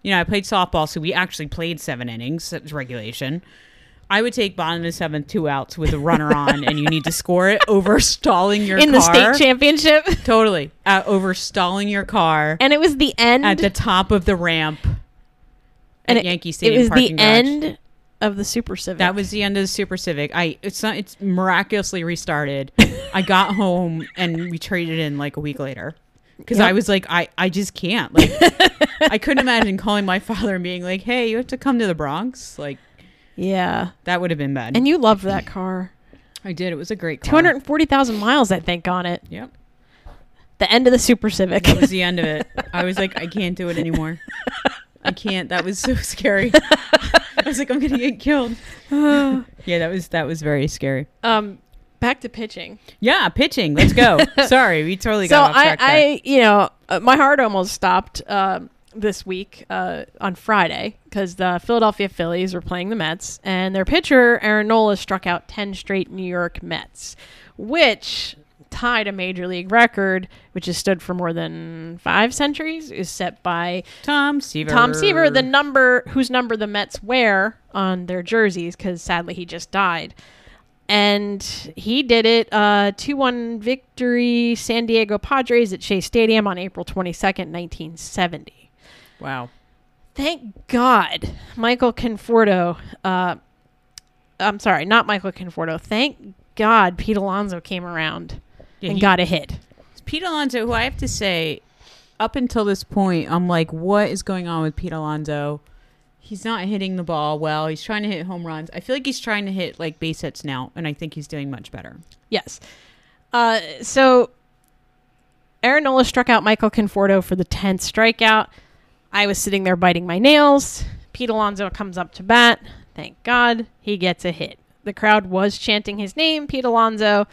[SPEAKER 1] You know, I played softball, so we actually played seven innings. That was regulation. I would take bottom of the seventh, two outs with a runner on, and you need to score it over stalling your
[SPEAKER 2] in the
[SPEAKER 1] car.
[SPEAKER 2] state championship.
[SPEAKER 1] Totally uh, over stalling your car
[SPEAKER 2] And it was the end
[SPEAKER 1] at the top of the ramp
[SPEAKER 2] and
[SPEAKER 1] at
[SPEAKER 2] it,
[SPEAKER 1] Yankee Stadium.
[SPEAKER 2] It was
[SPEAKER 1] parking
[SPEAKER 2] the
[SPEAKER 1] garage.
[SPEAKER 2] end of the Super Civic.
[SPEAKER 1] That was the end of the Super Civic. I it's not it's miraculously restarted. I got home and we traded in like a week later because I
[SPEAKER 2] Yep.
[SPEAKER 1] was like I I just can't like I couldn't imagine calling my father and being like hey you have to come to the Bronx like
[SPEAKER 2] Yeah.
[SPEAKER 1] that would have been bad.
[SPEAKER 2] And you loved that car.
[SPEAKER 1] I did. It was a great car.
[SPEAKER 2] 240,000 miles I think on it.
[SPEAKER 1] Yep,
[SPEAKER 2] The end of the Super Civic.
[SPEAKER 1] that was e- the end of it. I was like I can't do it anymore. I can't. That was so scary. I was like I'm gonna get killed. yeah, that was that was very scary.
[SPEAKER 2] um, back to pitching.
[SPEAKER 1] Yeah, pitching. Let's go. Sorry, we totally
[SPEAKER 2] So
[SPEAKER 1] got off
[SPEAKER 2] I,
[SPEAKER 1] track. there.
[SPEAKER 2] I, you know, uh, my heart almost stopped um this week uh, on Friday because the Philadelphia Phillies were playing the Mets, and their pitcher Aaron Nola struck out ten straight New York Mets, which tied a major league record, which has stood for more than five centuries, is set by
[SPEAKER 1] Tom Seaver.
[SPEAKER 2] Tom Seaver, the number whose number the Mets wear on their jerseys, because sadly he just died. And he did it uh, 2 1 victory, San Diego Padres at Shea Stadium on April 22nd, 1970.
[SPEAKER 1] wow.
[SPEAKER 2] Thank God Michael Conforto, uh, I'm sorry, not Michael Conforto. Thank God Pete Alonso came around
[SPEAKER 1] Yeah,
[SPEAKER 2] and
[SPEAKER 1] he-
[SPEAKER 2] got a hit.
[SPEAKER 1] Pete Alonso, who I have to say, up until this point, I'm like, what is going on with Pete Alonso? He's not hitting the ball well. He's trying to hit home runs. I feel like he's trying to hit like base hits now, and I think he's doing much better.
[SPEAKER 2] Yes. Uh, so Aaron Nola struck out Michael Conforto for the 10th strikeout. I was sitting there biting my nails. Pete Alonso comes up to bat. Thank God he gets a hit. The crowd was chanting his name, Pete Alonso.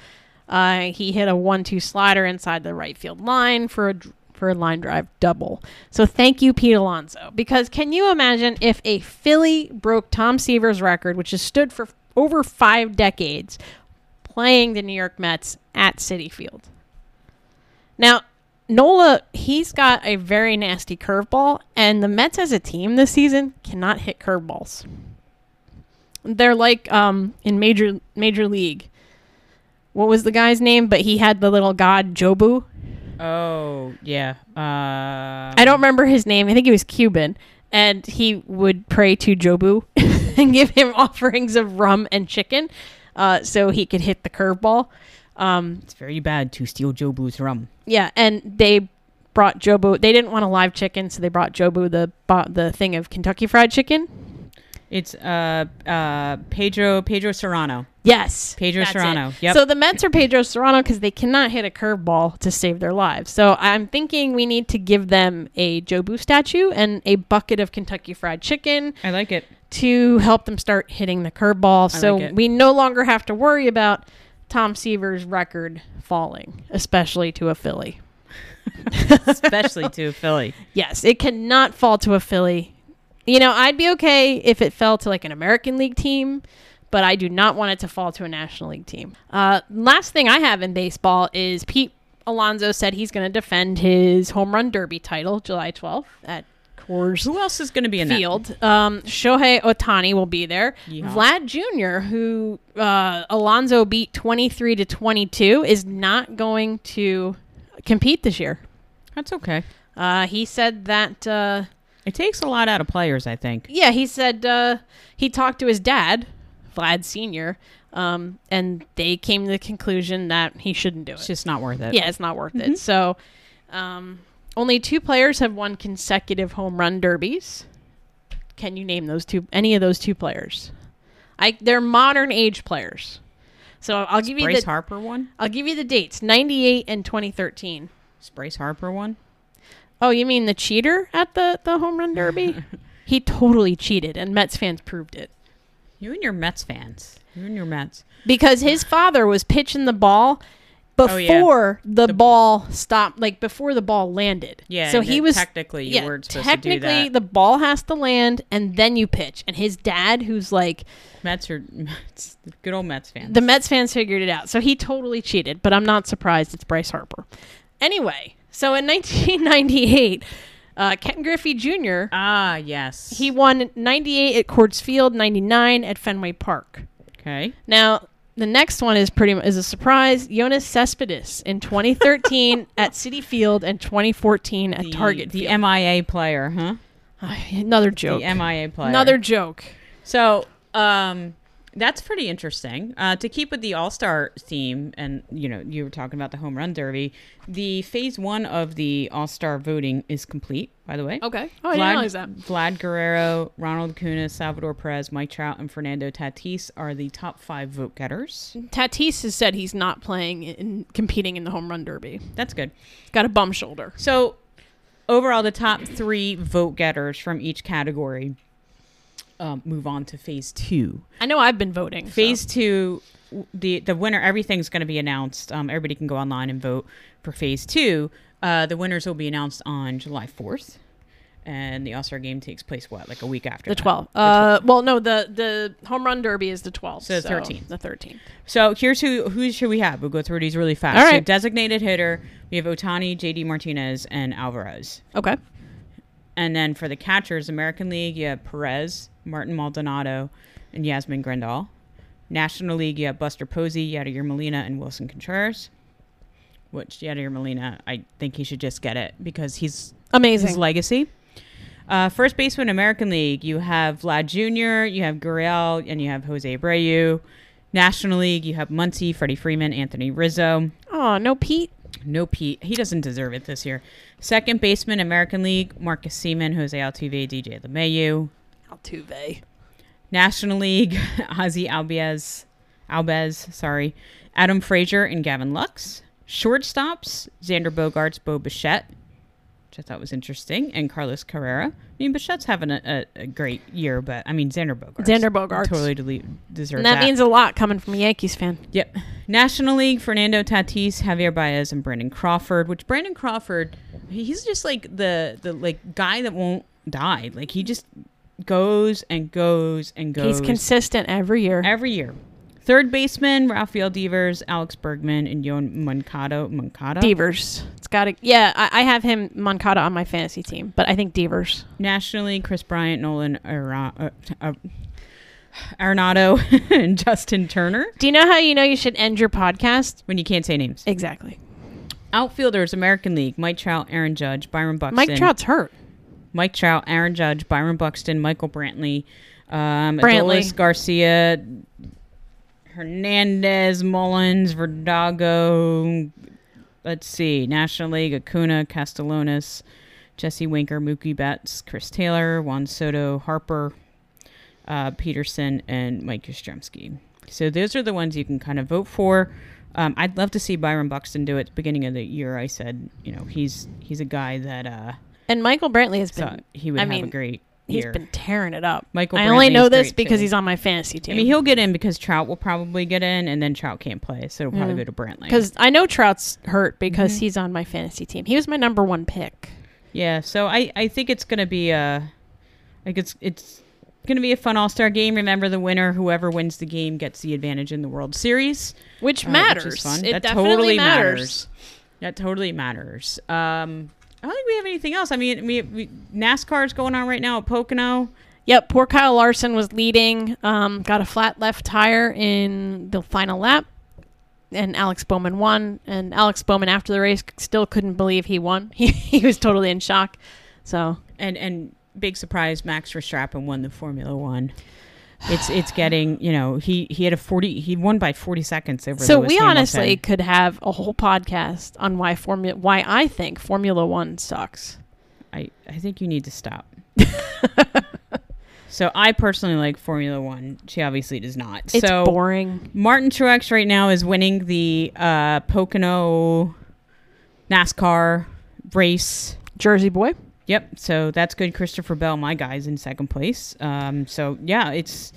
[SPEAKER 2] Uh, he hit a one-two slider inside the right field line for a dr- for a line drive double. So thank you, Pete Alonso. Because can you imagine if a Philly broke Tom Seaver's record, which has stood for f- over five decades, playing the New York Mets at City Field. Now, Nola, he's got a very nasty curveball, and the Mets as a team this season cannot hit curveballs. They're like um, in major major league. What was the guy's name? But he had the little god Jobu.
[SPEAKER 1] Oh yeah. Uh,
[SPEAKER 2] I don't remember his name. I think he was Cuban, and he would pray to Jobu and give him offerings of rum and chicken. uh, so he could hit the curveball. Um,
[SPEAKER 1] It's very bad to steal Joe Blue's rum.
[SPEAKER 2] yeah, and they brought Jobu. They didn't want a live chicken, so they brought Jobu the bo- the thing of Kentucky Fried Chicken.
[SPEAKER 1] It's uh uh Pedro Pedro Serrano.
[SPEAKER 2] Yes,
[SPEAKER 1] Pedro
[SPEAKER 2] that's it.
[SPEAKER 1] Serrano. Yep.
[SPEAKER 2] So the Mets are Pedro Serrano because they cannot hit a curveball to save their lives. So I'm thinking we need to give them a Jobu statue and a bucket of Kentucky Fried Chicken
[SPEAKER 1] I like it.
[SPEAKER 2] to help them start hitting the curveball.
[SPEAKER 1] I
[SPEAKER 2] So
[SPEAKER 1] like it.
[SPEAKER 2] we no longer have to worry about Tom Seaver's record falling, especially to a Philly.
[SPEAKER 1] Especially to Philly.
[SPEAKER 2] Yes, it cannot fall to a Philly. You know, I'd be okay if it fell to like an American League team, but I do not want it to fall to a National League team. Uh, last thing I have in baseball is Pete Alonso said he's going to defend his home run derby title July 12th at Coors
[SPEAKER 1] Who else is gonna be in that?
[SPEAKER 2] field. Um, Shohei Otani will be there.
[SPEAKER 1] Yeehaw.
[SPEAKER 2] Vlad Jr., who uh, Alonso beat 23 to 22, is not going to compete this year.
[SPEAKER 1] That's okay.
[SPEAKER 2] Uh, he said that, uh,
[SPEAKER 1] It takes a lot out of players, I think.
[SPEAKER 2] yeah, he said uh, he talked to his dad, Vlad Sr., um, and they came to the conclusion that he shouldn't do it.
[SPEAKER 1] It's just Mm-hmm. not worth it.
[SPEAKER 2] yeah, it's not worth it. So, um, only two players have won consecutive home run derbies. Can you name those two? Any of those two players? I they're modern age players. So I'll give you
[SPEAKER 1] Bryce
[SPEAKER 2] the
[SPEAKER 1] Harper one?
[SPEAKER 2] I'll give you the dates: ninety eight and twenty thirteen.
[SPEAKER 1] Is Bryce Harper one?
[SPEAKER 2] Oh, you mean the cheater at the the home run derby? he totally cheated, and Mets fans proved it.
[SPEAKER 1] You and your Mets fans. You and your Mets.
[SPEAKER 2] because his father was pitching the ball before
[SPEAKER 1] Oh, yeah.
[SPEAKER 2] the, ball stopped, like before the ball landed.
[SPEAKER 1] Yeah,
[SPEAKER 2] So
[SPEAKER 1] and
[SPEAKER 2] he
[SPEAKER 1] it-
[SPEAKER 2] was
[SPEAKER 1] technically you weren't supposed to do
[SPEAKER 2] technically
[SPEAKER 1] that.
[SPEAKER 2] the ball has to land and then you pitch. And his dad, who's like
[SPEAKER 1] Mets are Mets, good old Mets fans.
[SPEAKER 2] the Mets fans figured it out, so he totally cheated. But I'm not surprised it's Bryce Harper. Anyway, so in 1998, uh, Ken Griffey Jr.
[SPEAKER 1] ah, yes.
[SPEAKER 2] he won 98 at Coors Field, 99 at Fenway Park.
[SPEAKER 1] Okay.
[SPEAKER 2] Now, the next one is pretty mu- is a surprise. Jonas Cespedes in 2013 at City Field and 2014 at
[SPEAKER 1] The-
[SPEAKER 2] Target.
[SPEAKER 1] The
[SPEAKER 2] Field.
[SPEAKER 1] MIA player, huh?
[SPEAKER 2] another joke.
[SPEAKER 1] The MIA player.
[SPEAKER 2] another joke.
[SPEAKER 1] So, um, that's pretty interesting. Uh, to keep with the All Star theme, and you know, you were talking about the home run derby. The phase one of the All Star voting is complete, by the way.
[SPEAKER 2] Okay. Oh, I didn't realize that.
[SPEAKER 1] Vlad Guerrero, Ronald Acuna, Salvador Perez, Mike Trout, and Fernando Tatis are the top five vote getters.
[SPEAKER 2] Tatis has said he's not playing in competing in the home run derby.
[SPEAKER 1] That's good.
[SPEAKER 2] Got a bum shoulder.
[SPEAKER 1] So, overall, the top three vote getters from each category um, move on to phase two.
[SPEAKER 2] I know I've been voting. so.
[SPEAKER 1] Phase two, w- the the winner, everything's going to be announced. Um, everybody can go online and vote for phase two. Uh, the winners will be announced on July fourth, and the All Star game takes place what, like a week after
[SPEAKER 2] the
[SPEAKER 1] that?
[SPEAKER 2] 12th. Uh, well, no, the the home run derby is the 12th.
[SPEAKER 1] So the 13th.
[SPEAKER 2] The 13th.
[SPEAKER 1] So here's who who should we have? We'll go through these really fast.
[SPEAKER 2] All
[SPEAKER 1] So
[SPEAKER 2] right.
[SPEAKER 1] designated hitter, we have Otani, JD Martinez, and Alvarez.
[SPEAKER 2] Okay.
[SPEAKER 1] And then for the catchers, American League, you have Perez, Martin Maldonado, and Yasmin Grandal. National League, you have Buster Posey, Yadier Molina, and Wilson Contreras. Which Yadier Molina, I think he should just get it because he's
[SPEAKER 2] Amazing.
[SPEAKER 1] his legacy. Uh, first baseman, American League, you have Vlad Jr., you have Gurriel, and you have Jose Abreu. National League, you have Muncy, Freddie Freeman, Anthony Rizzo.
[SPEAKER 2] oh, no Pete.
[SPEAKER 1] No Pete. He doesn't deserve it this year. Second baseman, American League, Marcus Seaman, Jose Altuve, DJ LeMayu.
[SPEAKER 2] Altuve.
[SPEAKER 1] National League, Ozzy Albiez, Albez, sorry, Adam Frazier and Gavin Lux. Shortstops, Xander Bogarts, Bo Bichette, which I thought was interesting, and Carlos Carrera. I mean, Bichette's having a, a, a great year, but I mean, Xander Bogarts.
[SPEAKER 2] Xander Bogarts.
[SPEAKER 1] Totally dele- deserves
[SPEAKER 2] And that, means a lot coming from a Yankees fan.
[SPEAKER 1] Yep. National League, Fernando Tatis, Javier Baez, and Brandon Crawford, which Brandon Crawford, he- he's just like the the like guy that won't die. Like he just goes and goes and goes
[SPEAKER 2] He's consistent every year.
[SPEAKER 1] every year. Third baseman, Rafael Devers, Alex Bergman, and Yon Moncada. Moncada.
[SPEAKER 2] Devers. It's got to. Yeah, I, I have him Moncada on my fantasy team, but I think Devers.
[SPEAKER 1] National League, Chris Bryant, Nolan Ara- uh, uh, Arenado, and Justin Turner.
[SPEAKER 2] Do you know how you know you should end your podcast?
[SPEAKER 1] When you can't say names.
[SPEAKER 2] Exactly.
[SPEAKER 1] Outfielders, American League, Mike Trout, Aaron Judge, Byron Buxton.
[SPEAKER 2] Mike Trout's hurt.
[SPEAKER 1] Mike Trout, Aaron Judge, Byron Buxton, Michael Brantley, um,
[SPEAKER 2] Brantley.
[SPEAKER 1] Adolis Garcia, Hernandez, Mullins, Verdago. Let's see. National League, Acuna, Castellanos, Jesse Winker, Mookie Betts, Chris Taylor, Juan Soto, Harper, uh, Peterson, and Mike Yastrzemski. So those are the ones you can kind of vote for. Um, I'd love to see Byron Buxton do it. At the beginning of the year, I said, you know, he's he's a guy that uh,
[SPEAKER 2] And Michael Brantley has been
[SPEAKER 1] thought he would
[SPEAKER 2] I
[SPEAKER 1] have a
[SPEAKER 2] mean,
[SPEAKER 1] great
[SPEAKER 2] he's
[SPEAKER 1] year.
[SPEAKER 2] been tearing it up.
[SPEAKER 1] Michael
[SPEAKER 2] I only
[SPEAKER 1] Brantley
[SPEAKER 2] know
[SPEAKER 1] is
[SPEAKER 2] this
[SPEAKER 1] great,
[SPEAKER 2] because
[SPEAKER 1] too.
[SPEAKER 2] he's on my fantasy team.
[SPEAKER 1] I mean, he'll get in because Trout will probably get in, and then Trout can't play, so it'll probably
[SPEAKER 2] Mm.
[SPEAKER 1] go to Brantley.
[SPEAKER 2] because I know Trout's hurt because he's on my fantasy team. He was my number one pick.
[SPEAKER 1] Yeah, so I, I think it's gonna be a like it's it's gonna be a fun All Star game. Remember the winner, whoever wins the game gets the advantage in the World Series.
[SPEAKER 2] Which
[SPEAKER 1] uh,
[SPEAKER 2] matters.
[SPEAKER 1] which is fun.
[SPEAKER 2] It
[SPEAKER 1] that
[SPEAKER 2] definitely
[SPEAKER 1] totally
[SPEAKER 2] matters.
[SPEAKER 1] matters. That totally matters. Um, I don't think we have anything else. I mean, we, we NASCAR's going on right now at Pocono.
[SPEAKER 2] Yep, poor Kyle Larson was leading, um, got a flat left tire in the final lap, and Alex Bowman won. And Alex Bowman, after the race, still couldn't believe he won. He, he was totally in shock. So,
[SPEAKER 1] and and big surprise max verstappen won the formula one it's it's getting you know he he had a 40 he won by 40 seconds over
[SPEAKER 2] so
[SPEAKER 1] Lewis
[SPEAKER 2] we
[SPEAKER 1] Hamilton.
[SPEAKER 2] honestly could have a whole podcast on why formula, why I think Formula One sucks.
[SPEAKER 1] i i think you need to stop so i personally like formula one she obviously does not
[SPEAKER 2] It's
[SPEAKER 1] so
[SPEAKER 2] boring.
[SPEAKER 1] martin truex right now is winning the uh pocono nascar race
[SPEAKER 2] Jersey boy.
[SPEAKER 1] Yep. So that's good. Christopher Bell, my guy's in second place. Um, so yeah, it's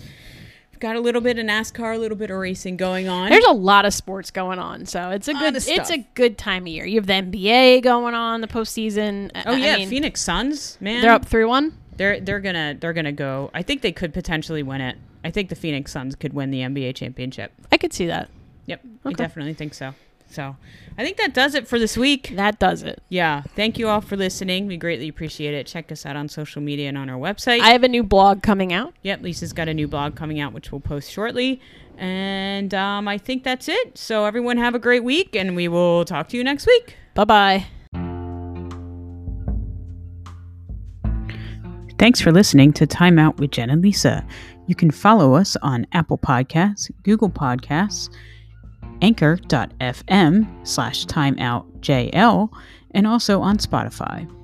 [SPEAKER 1] we've got a little bit of NASCAR, a little bit of racing going on.
[SPEAKER 2] There's a lot of sports going on, so it's a
[SPEAKER 1] Lot
[SPEAKER 2] good
[SPEAKER 1] of
[SPEAKER 2] it's
[SPEAKER 1] stuff.
[SPEAKER 2] a good time of year. You have the NBA going on, the postseason. I-
[SPEAKER 1] oh
[SPEAKER 2] I
[SPEAKER 1] yeah,
[SPEAKER 2] mean,
[SPEAKER 1] Phoenix Suns, man.
[SPEAKER 2] they're up three one.
[SPEAKER 1] They're they're gonna they're gonna go. I think they could potentially win it. I think the Phoenix Suns could win the NBA championship.
[SPEAKER 2] I could see that.
[SPEAKER 1] Yep, I
[SPEAKER 2] Okay.
[SPEAKER 1] definitely think so. So I think that does it for this week.
[SPEAKER 2] That does it.
[SPEAKER 1] Yeah. Thank you all for listening. We greatly appreciate it. Check us out on social media and on our website.
[SPEAKER 2] I have a new blog coming out.
[SPEAKER 1] Yep, Lisa's got a new blog coming out, which we'll post shortly. And um, I think that's it. So, everyone, have a great week, and we will talk to you next week.
[SPEAKER 2] Bye bye.
[SPEAKER 1] Thanks for listening to Time Out with Jen and Lisa. You can follow us on Apple Podcasts, Google Podcasts, anchor.fm slash timeoutjl, and also on Spotify.